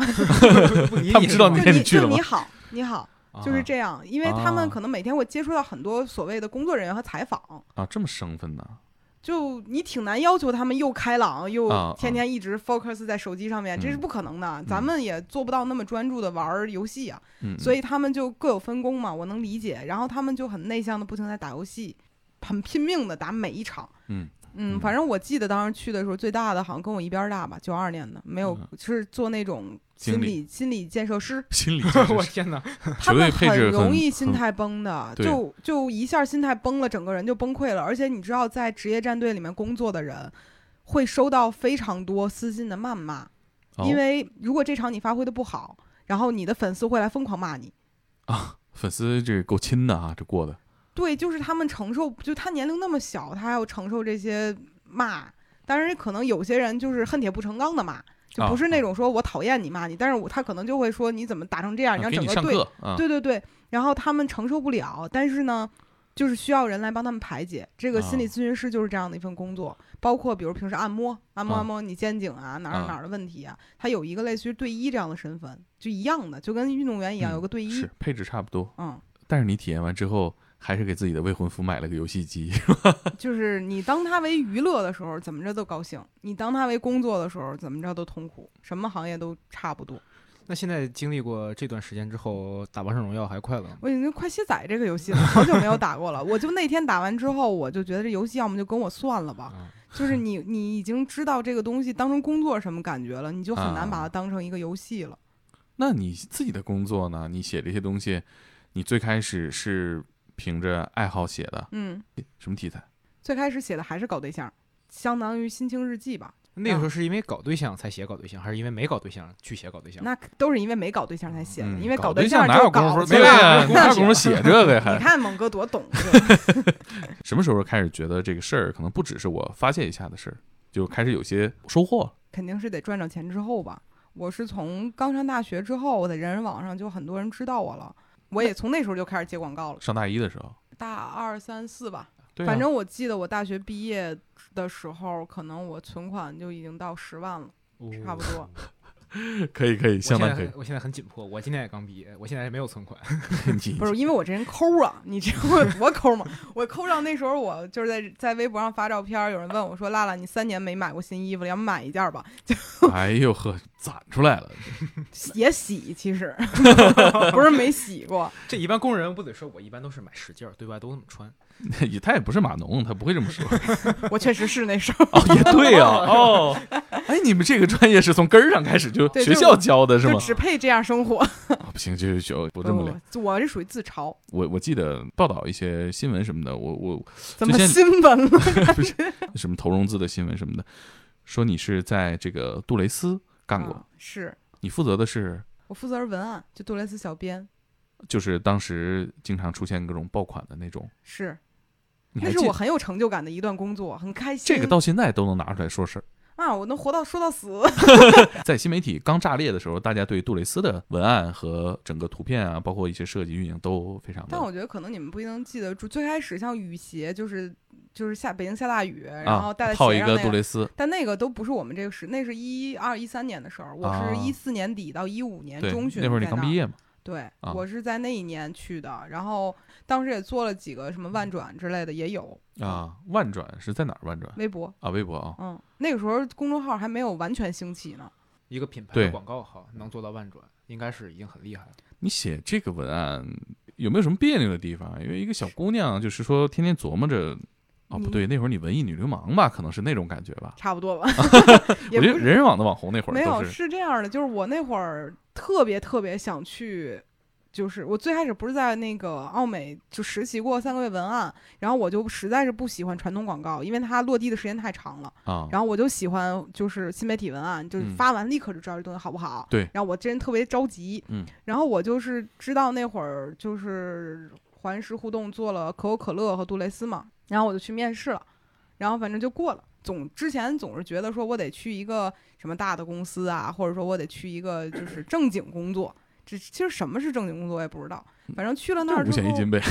Speaker 3: 不你
Speaker 1: 他们知道
Speaker 3: 你
Speaker 1: 你
Speaker 3: 也
Speaker 2: 就
Speaker 1: 你
Speaker 2: 你
Speaker 1: 去了
Speaker 2: 就
Speaker 1: 吗啊
Speaker 2: 你好你好，就是这样，因为他们可能每天会接触到很多所谓的工作人员和采访，
Speaker 1: 啊，这么生分呢？
Speaker 2: 就你挺难要求他们又开朗又
Speaker 1: 啊
Speaker 2: 天天一直 focus 在手机上面，这是
Speaker 1: 嗯
Speaker 2: 不可能的。咱们也做不到那么专注的玩儿游戏啊，
Speaker 1: 嗯，
Speaker 2: 所
Speaker 1: 以
Speaker 2: 以他们就各有分工嘛，我能理解。然后他们就很内向的，不停地在打游戏，很拼命的打每一场。
Speaker 1: 嗯嗯
Speaker 2: 反正我记得当时去的时候，最大的好像跟我一边儿大吧，九二年的，没有、
Speaker 1: 嗯
Speaker 2: 是做那种
Speaker 1: 经
Speaker 2: 心
Speaker 1: 理
Speaker 2: 理心理建设师，
Speaker 1: 心理
Speaker 3: 我天哪！
Speaker 2: 他
Speaker 1: 绝对
Speaker 2: 们
Speaker 1: 配置
Speaker 2: 很容
Speaker 1: 很
Speaker 2: 易心
Speaker 1: 很
Speaker 2: 态崩的，
Speaker 1: 对
Speaker 2: 就就一下心态崩了，整个人就崩溃了。而且你知道，在职业战队里面工作的人，会收到非常多私信的谩骂，
Speaker 1: 哦
Speaker 2: 因为如果这场你发挥的不好，然后你的粉丝会来疯狂骂你。
Speaker 1: 粉丝这够亲的啊，这过的
Speaker 2: 对，就是他们承受，就他年龄那么小，他还要承受这些骂。当然，可能有些人就是恨铁不成钢的骂，就
Speaker 1: 啊
Speaker 2: 不是那种说我讨厌你骂你，但是我他可能就会说你怎么打成这样，让
Speaker 1: 给
Speaker 2: 整
Speaker 1: 你
Speaker 2: 个
Speaker 1: 上
Speaker 2: 队，
Speaker 1: 课啊，
Speaker 2: 对对对，然后他们承受不了，但是呢，就是需要人来帮他们排解。这个心理
Speaker 1: 啊
Speaker 2: 咨询师就是这样的一份工作，包括比如平时按摩，按摩
Speaker 1: 啊
Speaker 2: 按摩你肩颈啊哪儿哪儿
Speaker 1: 啊
Speaker 2: 哪儿的问题啊，他有一个类似于队医这样的身份，就一样的，就跟运动员一样，
Speaker 1: 嗯
Speaker 2: 有个队医
Speaker 1: 是。配置差不多。
Speaker 2: 嗯，
Speaker 1: 但是你体验完之后，还是给自己的未婚夫买了个游戏机，
Speaker 2: 就是你当他为娱乐的时候，怎么着都高兴；你当他为工作的时候，怎么着都痛苦。什么行业都差不多。
Speaker 3: 那现在经历过这段时间之后，打王者荣耀还快乐吗？
Speaker 2: 我已经快卸载这个游戏了，好久没有打过了。我就那天打完之后，我就觉得这游戏要么就跟我算了吧，
Speaker 3: 啊，
Speaker 2: 就是你你已经知道这个东西当成工作什么感觉了，你就很难把
Speaker 1: 啊
Speaker 2: 它当成一个游戏了。
Speaker 1: 那你自己的工作呢？你写这些东西，你最开始是凭着爱好写的，
Speaker 2: 嗯，
Speaker 1: 什么题材？
Speaker 2: 最开始写的还是搞对象，相当于心情日记吧。
Speaker 3: 那个时候是因为搞对象才写搞对象，还是因为没搞对象去写搞对象？
Speaker 2: 那都是因为没搞对象才写的，
Speaker 1: 嗯
Speaker 2: 因为
Speaker 1: 搞
Speaker 2: 对
Speaker 1: 象
Speaker 2: 就
Speaker 1: 哪有啊
Speaker 2: 搞
Speaker 1: 功夫？
Speaker 2: 去
Speaker 1: 对
Speaker 2: 了
Speaker 1: 呀，
Speaker 3: 对
Speaker 1: 哪有功夫写这个呀？
Speaker 2: 你
Speaker 1: 还
Speaker 2: 看猛哥多 懂，是吧
Speaker 1: 什么时候开始觉得这个事儿可能不只是我发泄一下的事儿，就开始有些收获？
Speaker 2: 肯定是得赚着钱之后吧。我是从刚上大学之后，我在人人网上就很多人知道我了，我也从那时候就开始接广告了，
Speaker 1: 上大一的时候，
Speaker 2: 大二三四吧。
Speaker 1: 对啊
Speaker 2: 反正我记得我大学毕业的时候，可能我存款就已经到十万了，
Speaker 1: 嗯
Speaker 2: 差不 多。
Speaker 1: 可以可以，
Speaker 3: 我现
Speaker 1: 相
Speaker 3: 在
Speaker 1: 当可以
Speaker 3: 很。我现在很紧迫，我今年也刚毕业，我现在也没有存款。
Speaker 1: 你
Speaker 2: 不是因为我这人抠啊，你知道我有多抠吗？我抠到那时候，我就是在在微博上发照片儿，有人问我说：“辣辣，你三年没买过新衣服了，要不买一件儿吧
Speaker 1: 哎呦呵，攒出来了。？”
Speaker 2: 也洗，其实不是没洗过。
Speaker 3: 这一般工人不得说，我一般都是买十件儿，对外都这么穿。
Speaker 1: 也他也不是码农，他不会这么说。
Speaker 2: 我确实是那时候
Speaker 1: 哦，也对呀、哦， 哎，你们这个专业是从根儿上开始就
Speaker 2: 对
Speaker 1: 学
Speaker 2: 就
Speaker 1: 校教的是
Speaker 2: 就
Speaker 1: 吗？
Speaker 2: 只配这样生活。
Speaker 1: 啊不行，就就不这么聊。
Speaker 2: 不我是属于自嘲，
Speaker 1: 我我记得报道一些新闻什么的，我我
Speaker 2: 怎么
Speaker 1: 先
Speaker 2: 新闻了？
Speaker 1: 不是什么投融资的新闻什么的，说你是在这个杜蕾斯干过，
Speaker 2: 啊是
Speaker 1: 你负责的是
Speaker 2: 我负责人文案，就杜蕾斯小编
Speaker 1: 就是当时经常出现各种爆款的那种，
Speaker 2: 是。
Speaker 1: 你
Speaker 2: 那
Speaker 1: 还
Speaker 2: 是
Speaker 1: 记
Speaker 2: 我
Speaker 1: 得？
Speaker 2: 很有成就感的一段工作，很开心。
Speaker 1: 这个到现在都能拿出来说事儿。
Speaker 2: 啊，我能活到说到 死，
Speaker 1: 在新媒体刚炸裂的时候，大家对杜蕾斯的文案和整个图片啊，包括一些设计运营都非常
Speaker 2: 但
Speaker 1: 的
Speaker 2: 我觉得可能你们不一定记得住。最开始像雨鞋，就是就是下北京下大雨，然后
Speaker 1: 啊
Speaker 2: 带在，
Speaker 1: 套
Speaker 2: 鞋
Speaker 1: 一
Speaker 2: 上
Speaker 1: 个
Speaker 2: 那
Speaker 1: 杜蕾斯，
Speaker 2: 但那个都不是我们这个时，那是一二一三年的事儿。我
Speaker 1: 啊
Speaker 2: 是一四年底到一五年
Speaker 1: 对，
Speaker 2: 中旬
Speaker 1: 那会儿你
Speaker 2: 在
Speaker 1: 刚
Speaker 2: 那
Speaker 1: 毕
Speaker 2: 儿，
Speaker 1: 业嘛，
Speaker 2: 对、
Speaker 1: 啊
Speaker 2: 我是在那一年去的。然后当时也做了几个什么万转之类的，也有
Speaker 1: 啊，万转是在哪儿万转
Speaker 2: 微博。
Speaker 1: 啊？微博啊，
Speaker 2: 嗯，那个时候公众号还没有完全兴起呢。
Speaker 3: 一个品牌
Speaker 1: 对
Speaker 3: 的广告号能做到万转，应该是已经很厉害了。
Speaker 1: 你写这个文案有没有什么别扭的地方？因为一个小姑娘就是说天天琢磨着，哦不
Speaker 2: 你
Speaker 1: 对，那会儿你文艺女流氓吧，可能是那种感觉吧。
Speaker 2: 差不多吧， 也
Speaker 1: 我
Speaker 2: 不
Speaker 1: 觉得
Speaker 2: 是
Speaker 1: 人人网的网红那会
Speaker 2: 没
Speaker 1: 儿
Speaker 2: 有
Speaker 1: 都是
Speaker 2: 是这样的，就是我那会儿特别特别想去，就是我最开始不是在那个奥美就实习过三个月文案，然后我就实在是不喜欢传统广告，因为它落地的时间太长了，
Speaker 1: 啊，
Speaker 2: 然后我就喜欢就是新媒体文案，就是
Speaker 1: 嗯
Speaker 2: 发完立刻就知道这东西好不好。
Speaker 1: 对
Speaker 2: 然后我这人特别着急，
Speaker 1: 嗯，
Speaker 2: 然后我就是知道那会儿就是环石互动做了可口可乐和杜蕾斯嘛，然后我就去面试了，然后反正就过了。总之前总是觉得说我得去一个什么大的公司啊，或者说我得去一个就是正经工作。这其实什么是正经工作我也不知道，反正去了那
Speaker 1: 嗯
Speaker 2: 儿
Speaker 1: 就五
Speaker 2: 之
Speaker 1: 险一
Speaker 2: 后，
Speaker 1: 金呗。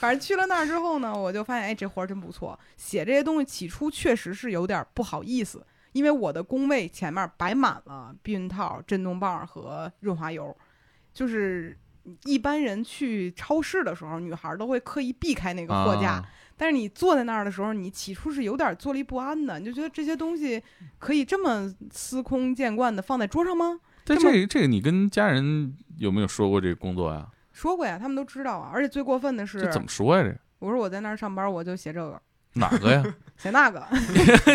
Speaker 2: 反正去了那儿之后呢，我就发现，哎，这活儿真不错。写这些东西起初确实是有点儿不好意思，因为我的工位前面摆满了避孕套、震动棒和润滑油，就是一般人去超市的时候，女孩儿都会刻意避开那个货架，
Speaker 1: 啊
Speaker 2: 但是你坐在那儿的时候，你起初是有点坐立不安的，你就觉得这些东西可以这么司空见惯的放在桌上吗？
Speaker 1: 但
Speaker 2: 这么
Speaker 1: 这个这个你跟家人有没有说过这个工作呀？
Speaker 2: 说过呀，他们都知道啊。而且最过分的是
Speaker 1: 这，怎么说呀？这
Speaker 2: 我说我在那儿上班，我就写这个
Speaker 1: 哪个 呀？
Speaker 2: 写那个。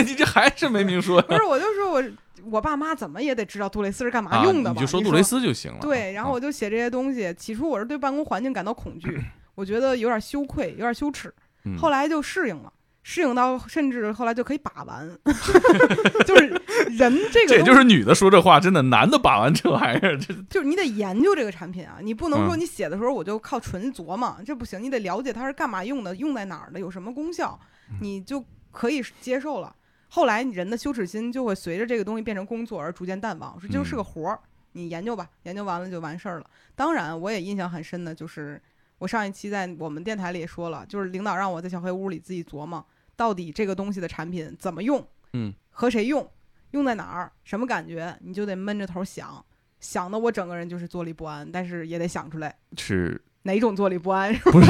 Speaker 1: 你这还是没明说 呀
Speaker 2: 不是，我就说我我爸妈怎么也得知道杜蕾斯是干嘛
Speaker 1: 啊？
Speaker 2: 用的吧？
Speaker 1: 你就
Speaker 2: 说
Speaker 1: 杜蕾。斯就啊行了。
Speaker 2: 对，然后我就写这些东西。起初 我是对办公环境感到恐惧，我觉得有点羞愧，有点羞耻。
Speaker 1: 嗯
Speaker 2: 后来就适应了，适应到甚至后来就可以把玩， 就是人这
Speaker 1: 这
Speaker 2: 个东西
Speaker 1: 也就是女的说这话，真的男的把玩这玩意儿，这
Speaker 2: 就是你得研究这个产品啊，你不能说
Speaker 1: 嗯
Speaker 2: 你写的时候我就靠纯琢磨，这不行，你得了解它是干嘛用的，用在哪儿的，有什么功效，
Speaker 1: 嗯
Speaker 2: 你就可以接受了。后来人的羞耻心就会随着这个东西变成工作而逐渐淡忘，说这就是
Speaker 1: 嗯
Speaker 2: 个活儿，你研究吧，研究完了就完事儿了。当然，我也印象很深的就是我上一期在我们电台里也说了，就是领导让我在小黑屋里自己琢磨，到底这个东西的产品怎么用，
Speaker 1: 嗯，
Speaker 2: 和谁用，用在哪儿，什么感觉，你就得闷着头想。想的我整个人就是坐立不安，但是也得想出来
Speaker 1: 是
Speaker 2: 哪种坐立不安，
Speaker 1: 不是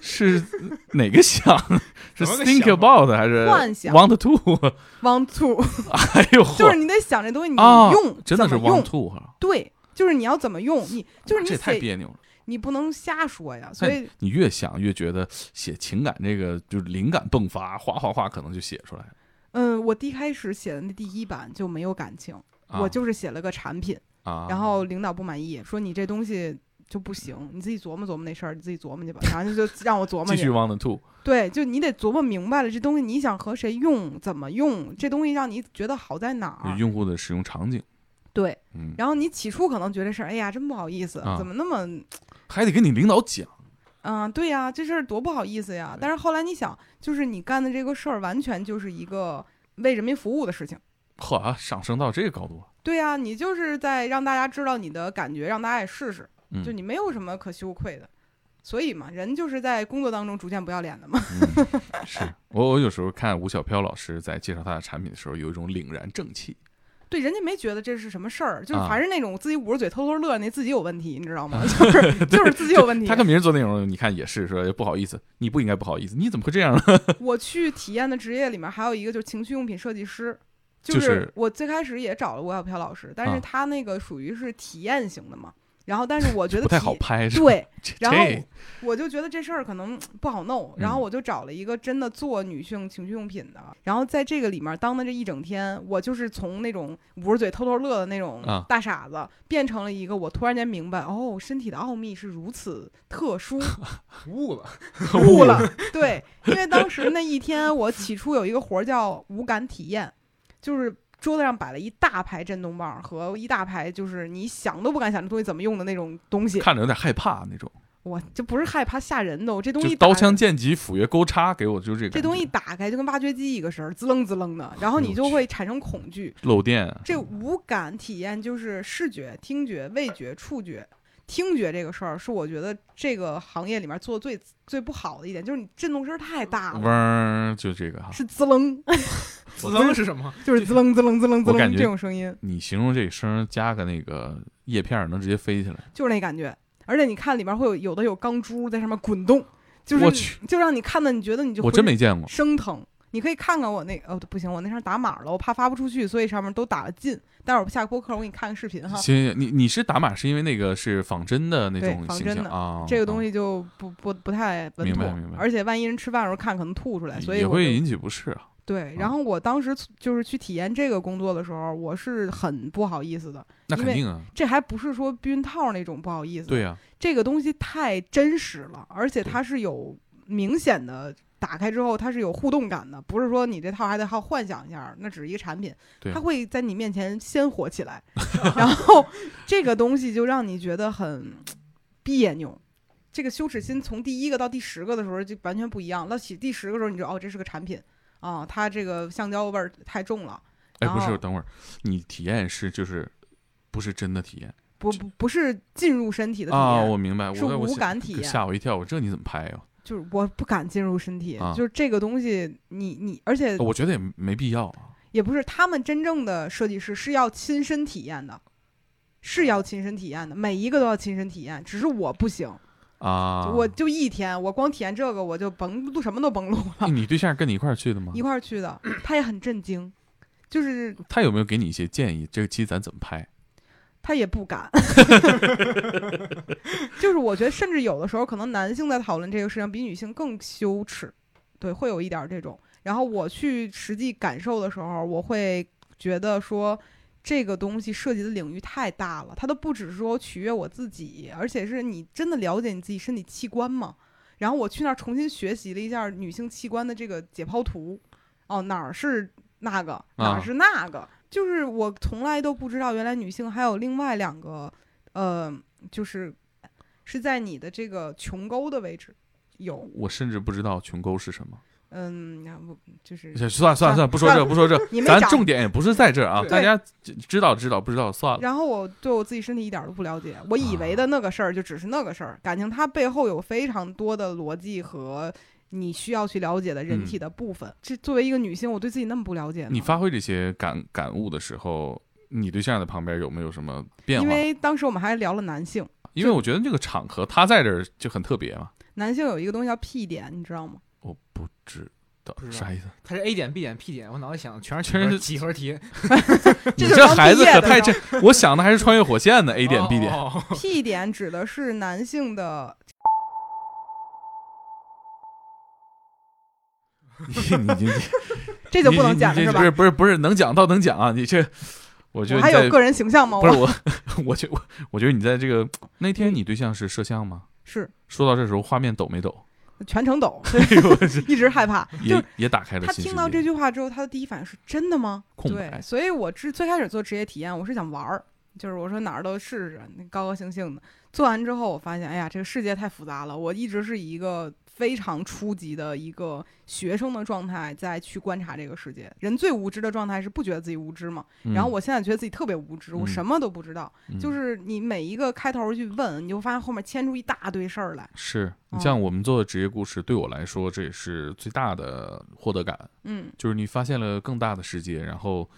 Speaker 1: 是哪个想？是
Speaker 3: 怎么个
Speaker 1: think
Speaker 3: 想
Speaker 1: about 还是
Speaker 2: 幻想
Speaker 1: want to？
Speaker 2: want to，
Speaker 1: 哎呦嚯，
Speaker 2: 就是你得想这东西你
Speaker 1: 啊
Speaker 2: 用、
Speaker 1: 真的是
Speaker 2: 怎么用
Speaker 1: want，to 哈，
Speaker 2: 对，就是你要怎么用，你就是你
Speaker 1: 这太
Speaker 2: 写
Speaker 1: 别扭哎了。
Speaker 2: 你不能瞎说呀，所以
Speaker 1: 你越想越觉得写情感这个就是灵感迸发，哗哗哗可能就写出来了。
Speaker 2: 嗯，我第一开始写的那第一版就没有感情，
Speaker 1: 啊、
Speaker 2: 我就是写了个产品，
Speaker 1: 啊，
Speaker 2: 然后领导不满意，说你这东西就不行，你自己琢磨琢磨那事儿，你自己琢磨去吧，然后就就让我琢磨
Speaker 1: 继
Speaker 2: 去
Speaker 1: 续，want to，
Speaker 2: 对，就你得琢磨明白了这东西你想和谁用，怎么用，这东西让你觉得好在哪
Speaker 1: 有
Speaker 2: 儿，
Speaker 1: 用户的使用场景，
Speaker 2: 对。
Speaker 1: 嗯，
Speaker 2: 啊然后你起初可能觉得是，哎呀，真不好意思，
Speaker 1: 啊
Speaker 2: 怎么那么，
Speaker 1: 还得跟你领导讲，
Speaker 2: 嗯、对呀，这事儿多不好意思呀。但是后来你想，就是你干的这个事儿，完全就是一个为人民服务的事情。
Speaker 1: 呵，啊上升到这个高度了，
Speaker 2: 对呀，你就是在让大家知道你的感觉，让大家也试试，
Speaker 1: 嗯，
Speaker 2: 就你没有什么可羞愧的。所以嘛，人就是在工作当中逐渐不要脸的嘛。
Speaker 1: 嗯是我我有时候看吴小飘老师在介绍他的产品的时候，有一种凛然正气，
Speaker 2: 对，人家没觉得这是什么事儿，就是
Speaker 1: 啊
Speaker 2: 还是那种自己捂着嘴偷偷乐那自己有问题，你知 道吗？就是就是自己有问题。
Speaker 1: 他跟别人做内容，你看也是说不好意思，你不应该不好意思，你怎么会这样呢？
Speaker 2: 我去体验的职业里面还有一个就是情趣用品设计师，
Speaker 1: 就是是
Speaker 2: 我最开始也找了吴小飘老师，但是
Speaker 1: 啊
Speaker 2: 他那个属于是体验型的嘛。然后，但是我觉得
Speaker 1: 不太
Speaker 2: 体
Speaker 1: 好拍，是吧
Speaker 2: 对，
Speaker 1: 这
Speaker 2: 然后
Speaker 1: 这
Speaker 2: 我就觉得这事儿可能不好弄，然
Speaker 1: 嗯
Speaker 2: 后我就找了一个真的做女性情趣用品的，然后在这个里面当的这一整天，我就是从那种捂着嘴偷偷乐的那种
Speaker 1: 啊
Speaker 2: 大傻子，变成了一个我突然间明白，哦，身体的奥秘是如此特殊，
Speaker 3: 悟了，
Speaker 2: 悟了。对，因为当时那一天，我起初有一个活儿叫无感体验，就是桌子上摆了一大排震动棒和一大排就是你想都不敢想这东西怎么用的那种东西。
Speaker 1: 看着有点害怕那种，
Speaker 2: 我这不是害怕吓人的，我这东
Speaker 1: 就
Speaker 2: 西
Speaker 1: 是刀
Speaker 2: 打
Speaker 1: 枪剑戟斧钺钩叉，给我就是这个
Speaker 2: 这
Speaker 1: 感觉
Speaker 2: 东西打开就跟挖掘机一个声儿，滋楞滋楞的，然后
Speaker 1: 哎呦
Speaker 2: 你就
Speaker 1: 我去
Speaker 2: 会产生恐惧。
Speaker 1: 漏电啊，
Speaker 2: 这五感体验就是视觉、听觉、味觉、触觉。听觉这个事儿是我觉得这个行业里面做最最不好的一点，就是你震动声儿太大
Speaker 1: 嗡
Speaker 2: 了，
Speaker 1: 儿就这个哈，
Speaker 2: 是滋楞，
Speaker 3: 子增是什么？
Speaker 2: 就是滋楞滋楞滋楞滋
Speaker 1: 我感
Speaker 2: 楞
Speaker 1: 觉
Speaker 2: 这种声音，
Speaker 1: 你形容这声儿加个那个叶片儿，能直接飞起来。
Speaker 2: 就是那感觉。而且你看里面会有有的有钢珠在上面滚动，就是
Speaker 1: 我去
Speaker 2: 就让你看的你觉得你就
Speaker 1: 我真没见过，
Speaker 2: 生疼。你可以看看我那哦不行，我那上打码了，我怕发不出去，所以上面都打了进。待会儿下播客我给你看个视频哈，
Speaker 1: 行，你你是打码是因为那个是仿真的那种
Speaker 2: 对仿
Speaker 1: 形
Speaker 2: 真
Speaker 1: 象
Speaker 2: 的
Speaker 1: 啊，
Speaker 2: 这个东
Speaker 1: 西
Speaker 2: 西就不不不太稳
Speaker 1: 明
Speaker 2: 妥
Speaker 1: 白明，白
Speaker 2: 而且万一人吃饭的时候看可能吐出来，所以
Speaker 1: 也
Speaker 2: 我就
Speaker 1: 会引起不适啊。
Speaker 2: 对。然后我当时就是去体验这个工作的时候，我是很不好意思的，
Speaker 1: 那
Speaker 2: 因
Speaker 1: 肯
Speaker 2: 为
Speaker 1: 定啊，
Speaker 2: 这还不是说避孕套那种不好意思，
Speaker 1: 对啊，
Speaker 2: 这个东西太真实了，而且
Speaker 1: 对
Speaker 2: 它是有明显的打开之后，它是有互动感的，不是说你这套还得好幻想一下，那只是一个产品，
Speaker 1: 对啊
Speaker 2: 它会在你面前鲜活起 来，然后这个东西就让你觉得很别扭。这个羞耻心从第一个到第十个的时候就完全不一样，到起第十个时候你就哦，这是个产品啊，它这个橡胶味儿太重了，
Speaker 1: 哎，
Speaker 2: 然
Speaker 1: 不
Speaker 2: 后
Speaker 1: 是，等会儿你体验是就是不是真的体验
Speaker 2: 不不不是进入身体的体验，
Speaker 1: 啊？我明白，
Speaker 2: 是
Speaker 1: 我我
Speaker 2: 无
Speaker 1: 想
Speaker 2: 感体
Speaker 1: 可
Speaker 2: 验，
Speaker 1: 吓我一跳，我这你怎么拍啊呀？
Speaker 2: 就是我不敢进入身体，
Speaker 1: 啊
Speaker 2: 就是这个东西你，你而且
Speaker 1: 我觉得也没必要啊。
Speaker 2: 也不是他们真正的设计师是要亲身体验的，是要亲身体验的，每一个都要亲身体验，只是我不行，
Speaker 1: 啊，
Speaker 2: 就我就一天，我光体验这个我就甭录什么都甭录 了，
Speaker 1: 哎你对象跟你一块儿去的吗
Speaker 2: 一？块儿去的，他也很震惊，就是
Speaker 1: 他有没有给你一些建议？这个期咱怎么拍？
Speaker 2: 他也不敢，就是我觉得甚至有的时候可能男性在讨论这个事情比女性更羞耻，对，会有一点儿这种。然后我去实际感受的时候，我会觉得说。这个东西涉及的领域太大了，它都不只是说取悦我自己，而且是你真的了解你自己身体器官吗？然后我去那儿重新学习了一下女性器官的这个解剖图，哦，哪儿是那个，哪儿是那个，就是我从来都不知道，原来女性还有另外两个，呃，就是是在你的这个琼沟的位置有，
Speaker 1: 我甚至不知道群沟是什么。
Speaker 2: 嗯，然后就是
Speaker 1: 算了算了算了，不说这，不说这，
Speaker 2: 你没
Speaker 1: 咱
Speaker 2: 长
Speaker 1: 重点也不是在这儿啊，
Speaker 3: 对
Speaker 1: 大家知知道知道，不知道算了。
Speaker 2: 然后我对我自己身体一点儿都不了解，我以为
Speaker 1: 啊
Speaker 2: 的那个事儿就只是那个事儿，感情它背后有非常多的逻辑和你需要去了解的人体的部分。这作为一个女性，我对自己那么不了解呢，
Speaker 1: 嗯你发挥这些感感悟的时候，你对象在旁边有没有什么变
Speaker 2: 因
Speaker 1: 化？
Speaker 2: 为当时我们还聊了男性，
Speaker 1: 因为我觉得这个场合他在这儿就很特别嘛。
Speaker 2: 男性有一个东西叫 P 点，你知道吗？
Speaker 1: 我不知道
Speaker 3: 不知道
Speaker 1: 啥意思，
Speaker 3: 他是 A 点 B 点 P 点，我脑袋想全是
Speaker 1: 全是
Speaker 3: 几何题
Speaker 1: 你
Speaker 2: 就是
Speaker 1: 这
Speaker 2: 刚
Speaker 1: 孩
Speaker 2: 毕
Speaker 1: 子
Speaker 2: 业
Speaker 1: 可
Speaker 2: 的
Speaker 1: 太这
Speaker 2: 时，
Speaker 1: 我想的还是穿越火线呢。A 点 B 点，
Speaker 3: 哦哦哦
Speaker 2: P 点指的是男性的，
Speaker 1: 你你你你
Speaker 2: 这就不能
Speaker 1: 你
Speaker 2: 讲
Speaker 1: 你这
Speaker 2: 了是吧
Speaker 1: 不？是不是不是能讲到能讲啊，你这我觉
Speaker 2: 我
Speaker 1: 得
Speaker 2: 还
Speaker 1: 你在
Speaker 2: 有个人形象吗？
Speaker 1: 不是
Speaker 2: 我
Speaker 1: 我，我 觉我我觉得你在这个那
Speaker 2: 嗯
Speaker 1: 天你对象是摄像吗？
Speaker 2: 是
Speaker 1: 说到这时候，画面抖没抖？
Speaker 2: 全程 抖，
Speaker 1: 哎呦，我这
Speaker 2: 一直害怕，就
Speaker 1: 也也打开了
Speaker 2: 他
Speaker 1: 新世
Speaker 2: 听到这
Speaker 1: 界，
Speaker 2: 句话之后，他的第一反应是真的吗？
Speaker 1: 空白
Speaker 2: 对，所以我之最开始做职业体验，我是想玩儿，就是我说哪儿都试试，那高高兴兴的。做完之后，我发现，哎呀，这个世界太复杂了。我一直是以一个非常初级的一个学生的状态在去观察这个世界。人最无知的状态是不觉得自己无知嘛？
Speaker 1: 嗯
Speaker 2: 然后我现在觉得自己特别无知，我什么都不知道。
Speaker 1: 嗯
Speaker 2: 就是你每一个开头去问，你就发现后面牵出一大堆事儿来。
Speaker 1: 是你
Speaker 2: 嗯
Speaker 1: 像我们做的职业故事，对我来说这也是最大的获得感，
Speaker 2: 嗯
Speaker 1: 就是你发现了更大的世界，然后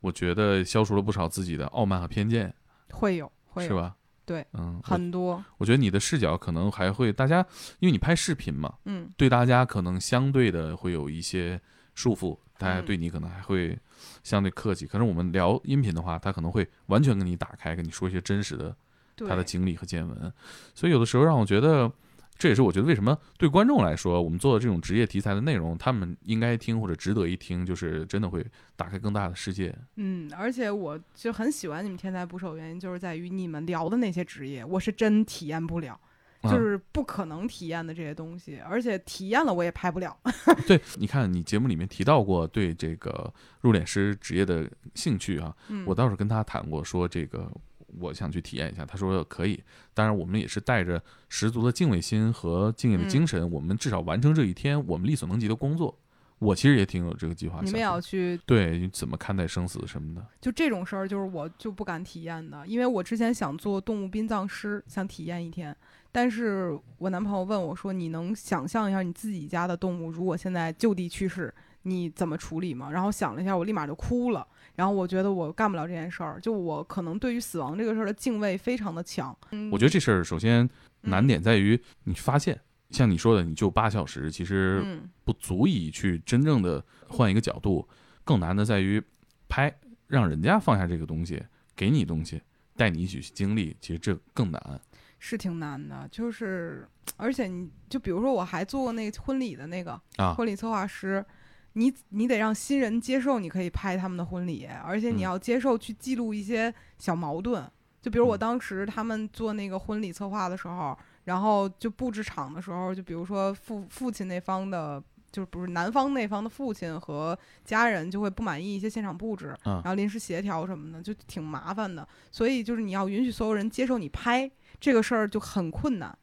Speaker 1: 我觉得消除了不少自己的傲慢和偏见，
Speaker 2: 会有，会
Speaker 1: 是
Speaker 2: 有，
Speaker 1: 吧？
Speaker 2: 对，
Speaker 1: 嗯，我
Speaker 2: 很多。
Speaker 1: 我觉得你的视角可能还会大家，因为你拍视频嘛，
Speaker 2: 嗯，
Speaker 1: 对大家可能相对的会有一些束缚，大
Speaker 2: 嗯
Speaker 1: 家对你可能还会相对客气。可是我们聊音频的话，他可能会完全跟你打开，跟你说一些真实的
Speaker 2: 对
Speaker 1: 他的经历和见闻。所以有的时候让我觉得，这也是我觉得为什么对观众来说，我们做的这种职业题材的内容，他们应该听或者值得一听，就是真的会打开更大的世界。
Speaker 2: 嗯，而且我就很喜欢你们天才捕手，原因就是在于你们聊的那些职业，我是真体验不了，
Speaker 1: 嗯
Speaker 2: 就是不可能体验的这些东西，而且体验了我也拍不了。
Speaker 1: 对，你看你节目里面提到过对这个入殓师职业的兴趣啊，
Speaker 2: 嗯，
Speaker 1: 我倒是跟他谈过，说这个我想去体验一下，他说可以。当然，我们也是带着十足的敬畏心和敬业的
Speaker 2: 嗯
Speaker 1: 精神，我们至少完成这一天我们力所能及的工作。我其实也挺有这个计划想
Speaker 2: 你
Speaker 1: 法。
Speaker 2: 们也要去，
Speaker 1: 对怎么看待生死什么的？
Speaker 2: 就这种事儿，就是我就不敢体验的，因为我之前想做动物殡葬师，想体验一天，但是我男朋友问我说：“你能想象一下你自己家的动物如果现在就地去世，你怎么处理吗？”然后想了一下，我立马就哭了。然后我觉得我干不了这件事儿，就我可能对于死亡这个事儿的敬畏非常的强。嗯
Speaker 1: 我觉得这事儿首先难
Speaker 2: 嗯
Speaker 1: 点在于你发现，像你说的，你就八小时，其实
Speaker 2: 嗯
Speaker 1: 不足以去真正的换一个角度，更难的在于拍，让人家放下这个东西，给你东西，带你一起去经历，其实这更难。
Speaker 2: 是挺难的，就是而且你就比如说，我还做过那个婚礼的那个
Speaker 1: 啊
Speaker 2: 婚礼策划师，你你得让新人接受你可以拍他们的婚礼，而且
Speaker 1: 嗯
Speaker 2: 你要接受去记录一些小矛盾，就比如我
Speaker 1: 嗯
Speaker 2: 当时他们做那个婚礼策划的时候，然后就布置场的时候，就比如说父父亲那方的。就是不是男方那方的父亲和家人就会不满意一些现场布置，
Speaker 1: 嗯
Speaker 2: 然后临时协调什么的，就挺麻烦的。所以就是你要允许所有人接受你拍，这个事儿就很困难。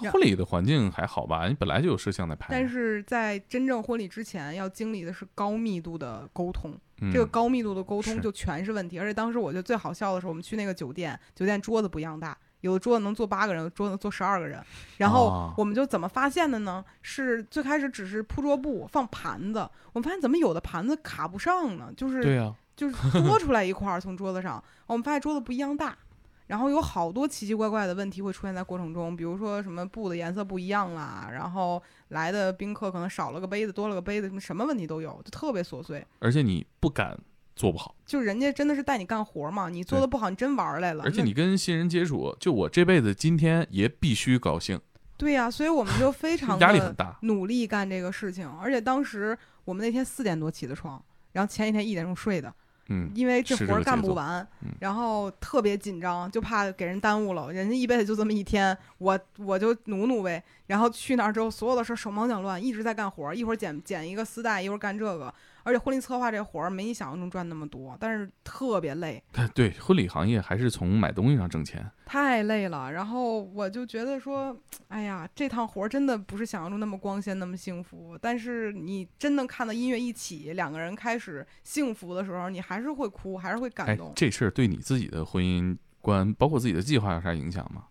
Speaker 2: 然
Speaker 1: 婚礼的环境还好吧？你本来就有摄像在拍，
Speaker 2: 但是在真正婚礼之前，要经历的是高密度的沟通，
Speaker 1: 嗯
Speaker 2: 这个高密度的沟
Speaker 1: 是
Speaker 2: 通就全是问题。而且当时我觉得最好笑的是，我们去那个酒店，酒店桌子不一样大，有的桌子能坐八个人，有的桌子能坐十二个人。然后
Speaker 1: 啊
Speaker 2: 我们就怎么发现的呢？是最开始只是铺桌布放盘子，我们发现怎么有的盘子卡不上呢？就是
Speaker 1: 对啊呀、
Speaker 2: 就是多出来一块儿从桌子上，我们发现桌子不一样大，然后有好多奇奇怪怪的问题会出现在过程中，比如说什么布的颜色不一样啦，然后来的宾客可能少了个杯子，多了个杯子，什么什么问题都有，就特别琐碎。
Speaker 1: 而且你不敢做不好，
Speaker 2: 就人家真的是带你干活嘛，你做的不好，你真玩儿来了。
Speaker 1: 而且
Speaker 2: 那
Speaker 1: 你跟新人接触，就我这辈子今天也必须高兴，
Speaker 2: 对呀、所以我们就非常
Speaker 1: 压力
Speaker 2: 地
Speaker 1: 很大。
Speaker 2: 努力干这个事情，而且当时我们那天四点多起的床，然后前一天一点钟睡的，
Speaker 1: 嗯，
Speaker 2: 因为这
Speaker 1: 是这
Speaker 2: 活儿
Speaker 1: 个
Speaker 2: 干
Speaker 1: 节
Speaker 2: 不
Speaker 1: 奏
Speaker 2: 完
Speaker 1: 嗯，
Speaker 2: 然后特别紧张，就怕给人耽误了。人家一辈子就这么一天，我我就努努呗。然后去那儿之后，所有的事儿手忙脚乱，一直在干活儿，一会儿剪剪一个丝带，一会儿干这个。而且婚礼策划这活儿没你想象中赚那么多，但是特别累，
Speaker 1: 对，婚礼行业还是从买东西上挣钱。
Speaker 2: 太累了。然后我就觉得说，哎呀，这趟活儿真的不是想象中那么光鲜、那么幸福。但是你真能看到音乐一起，两个人开始幸福的时候，你还是会哭，还是会感
Speaker 1: 哎
Speaker 2: 动，。
Speaker 1: 这事儿对你自己的婚姻观，包括自己的计划有啥影响吗？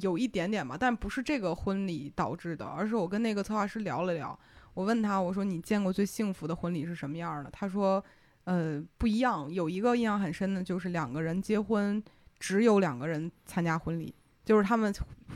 Speaker 2: 有一点点吧，但不是这个婚礼导致的，而是我跟那个策划师聊了聊，我问他，我说你见过最幸福的婚礼是什么样儿的？他说，呃，不一样。有一个印象很深的就是两个人结婚，只有两个人参加婚礼，就是他们，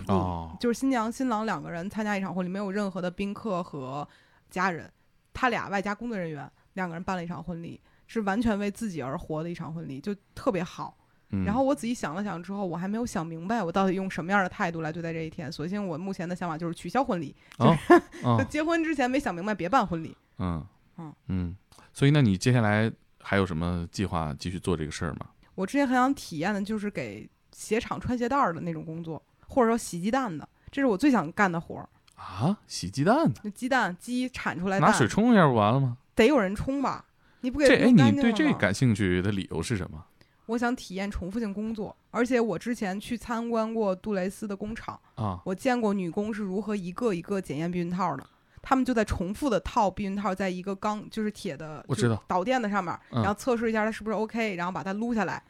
Speaker 1: 哦，
Speaker 2: 就是新娘新郎两个人参加一场婚礼，没有任何的宾客和家人，他俩外加工作人员，两个人办了一场婚礼，是完全为自己而活的一场婚礼，就特别好。
Speaker 1: 嗯
Speaker 2: 然后我仔细想了想之后，我还没有想明白我到底用什么样的态度来对待这一天。索性我目前的想法就是取消婚礼。
Speaker 1: 哦，
Speaker 2: 就
Speaker 1: 哦
Speaker 2: 结婚之前没想明白，别办婚礼。
Speaker 1: 嗯
Speaker 2: 嗯
Speaker 1: 嗯，所以那你接下来还有什么计划继续做这个事儿吗？
Speaker 2: 我之前很想体验的就是给鞋厂穿鞋带儿的那种工作，或者说洗鸡蛋的，这是我最想干的活儿。
Speaker 1: 啊，洗鸡蛋呢？
Speaker 2: 那鸡蛋鸡产出来
Speaker 1: 拿
Speaker 2: 蛋，
Speaker 1: 水冲一下不完了吗？
Speaker 2: 得有人冲吧？你不给
Speaker 1: 这哎，
Speaker 2: 弄干
Speaker 1: 你
Speaker 2: 净
Speaker 1: 对
Speaker 2: 了
Speaker 1: 这
Speaker 2: 吗
Speaker 1: 感兴趣的理由是什么？
Speaker 2: 我想体验重复性工作，而且我之前去参观过杜蕾斯的工厂。
Speaker 1: 啊，
Speaker 2: 我见过女工是如何一个一个检验避孕套的，她们就在重复的套避孕套在一个钢就是铁的，
Speaker 1: 我知道
Speaker 2: 就是导电的上面，
Speaker 1: 嗯
Speaker 2: 然后测试一下它是不是 OK，然后把它撸下来，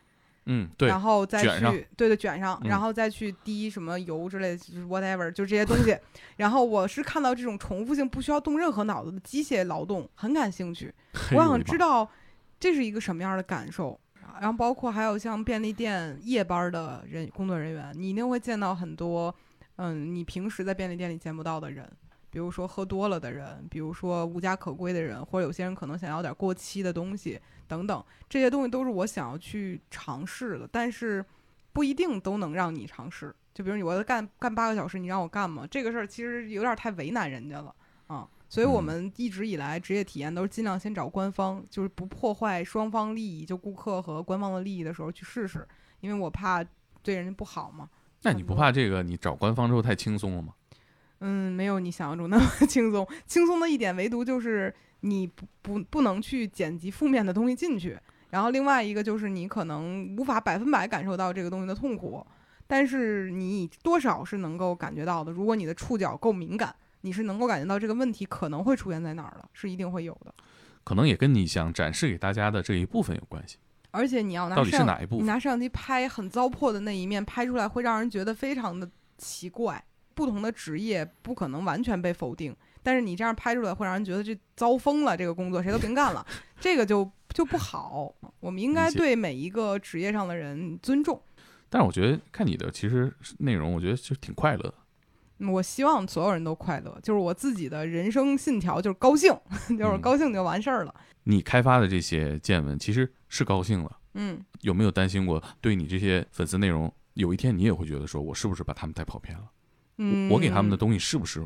Speaker 1: 嗯，对，
Speaker 2: 然后再
Speaker 1: 卷上
Speaker 2: 去对对卷上，
Speaker 1: 嗯
Speaker 2: 然后再去滴什么油之类的，就是 whatever，就这些东 西。然后我是看到这种重复性不需要动任何脑子的机械劳动很感兴趣，
Speaker 1: 嘿
Speaker 2: 我
Speaker 1: 呦
Speaker 2: 想
Speaker 1: 的
Speaker 2: 知道这是一个什么样的感受。啊然后包括还有像便利店夜班的人工作人员，你一定会见到很多，嗯，你平时在便利店里见不到的人，比如说喝多了的人，比如说无家可归的人，或者有些人可能想要点过期的东西等等，这些东西都是我想要去尝试的，但是不一定都能让你尝试。就比如你我要干干八个小时，你让我干吗？这个事儿其实有点太为难人家了啊。所以我
Speaker 1: 嗯
Speaker 2: 们一直以来职业体验都是尽量先找官方，就是不破坏双方利益，就顾客和官方的利益的时候去试试，因为我怕对人家不好嘛。
Speaker 1: 那你不怕这个你找官方之后太轻松了吗？
Speaker 2: 嗯，没有你想象中那么 轻松。轻松的一点，唯独就是你不不不能去剪辑负面的东西进去。然后另外一个就是你可能无法百分百感受到这个东西的痛苦，但是你多少是能够感觉到的。如果你的触角够敏感，你是能够感觉到这个问题可能会出现在哪儿的，是一定会有的。
Speaker 1: 可能也跟你想展示给大家的这一部分有关系，
Speaker 2: 而且你要拿
Speaker 1: 到底是
Speaker 2: 上
Speaker 1: 哪一部
Speaker 2: 你
Speaker 1: 分？
Speaker 2: 拿摄像机拍很糟粕的那一面拍出来，会让人觉得非常的奇怪。不同的职业不可能完全被否定，但是你这样拍出来会让人觉得这糟疯了，这个工作谁都别干了，这个就就不好。我们应该
Speaker 1: 理解
Speaker 2: 对每一个职业上的人尊重。
Speaker 1: 但是我觉得看你的其实是内容，我觉得就挺快乐的。
Speaker 2: 嗯我希望所有人都快乐，就是我自己的人生信条就是高兴， 就是
Speaker 1: 嗯
Speaker 2: 高兴就完事儿了。
Speaker 1: 你开发的这些见闻其实是高兴了，
Speaker 2: 嗯，
Speaker 1: 有没有担心过对你这些粉丝内容，有一天你也会觉得说我是不是把他们带跑偏了？
Speaker 2: 嗯
Speaker 1: 我给他们的东西是不是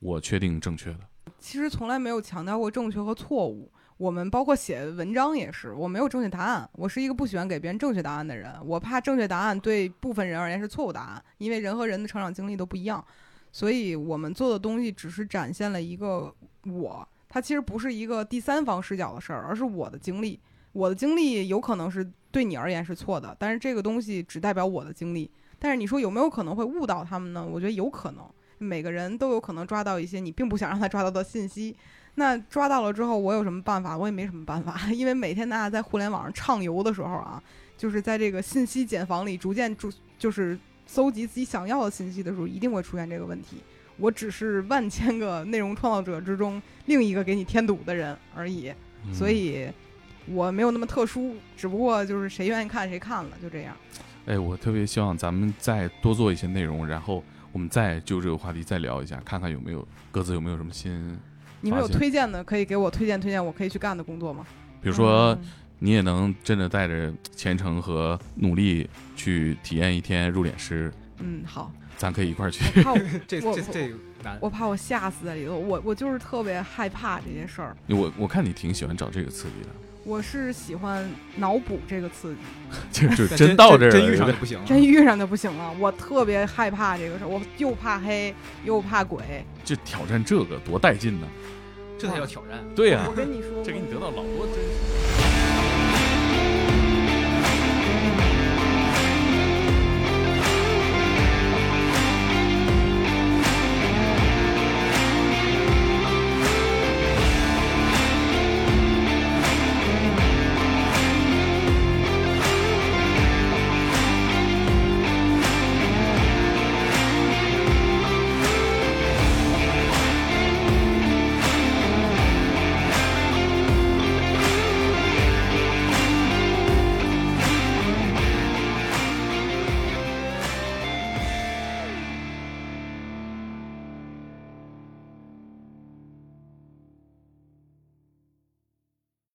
Speaker 1: 我确定正确的？
Speaker 2: 其实从来没有强调过正确和错误。我们包括写文章也是，我没有正确答案。我是一个不喜欢给别人正确答案的人，我怕正确答案对部分人而言是错误答案，因为人和人的成长经历都不一样，所以我们做的东西只是展现了一个我，它其实不是一个第三方视角的事儿，而是我的经历。我的经历有可能是对你而言是错的，但是这个东西只代表我的经历。但是你说有没有可能会误导他们呢？我觉得有可能。每个人都有可能抓到一些你并不想让他抓到的信息。那抓到了之后，我有什么办法？我也没什么办法， 因为每天大家在互联网上畅游的时候啊，就是在这个信息茧房里逐渐逐就是搜集自己想要的信息的时候，一定会出现这个问题。我只是万千个内容创造者之中另一个给你添堵的人而已，
Speaker 1: 嗯
Speaker 2: 所以我没有那么特殊，只不过就是谁愿意看谁看了，就这样。
Speaker 1: 哎，我特别希望咱们再多做一些内容，然后我们再就这个话题再聊一下，看看有没有各自有没有什么新，
Speaker 2: 你们有
Speaker 1: 发现
Speaker 2: 推荐的可以给我推荐推荐，我可以去干的工作吗？
Speaker 1: 比如说
Speaker 2: 嗯
Speaker 1: 你也能真的带着虔诚和努力去体验一天入殓师
Speaker 2: 嗯，好，
Speaker 1: 咱可以一块儿去。
Speaker 2: 我怕我
Speaker 3: 这
Speaker 2: 我
Speaker 3: 这这难。
Speaker 2: 我怕我吓死在里头，我我就是特别害怕这些事儿，
Speaker 1: 我我看你挺喜欢找这个刺激的，
Speaker 2: 我是喜欢脑补这个刺激，
Speaker 1: 就 就
Speaker 3: 但
Speaker 1: 真到这儿
Speaker 3: 真遇
Speaker 1: 了
Speaker 3: 上
Speaker 1: 有
Speaker 3: 就
Speaker 1: 点，
Speaker 3: 不行了。
Speaker 2: 真遇上就不行了，我特别害怕这个事儿，我又怕黑又怕鬼，
Speaker 1: 就挑战这个多带劲呢！
Speaker 3: 这才叫挑战。啊
Speaker 1: 对呀啊
Speaker 2: 我，跟你说，
Speaker 1: 这给你得到老多真实。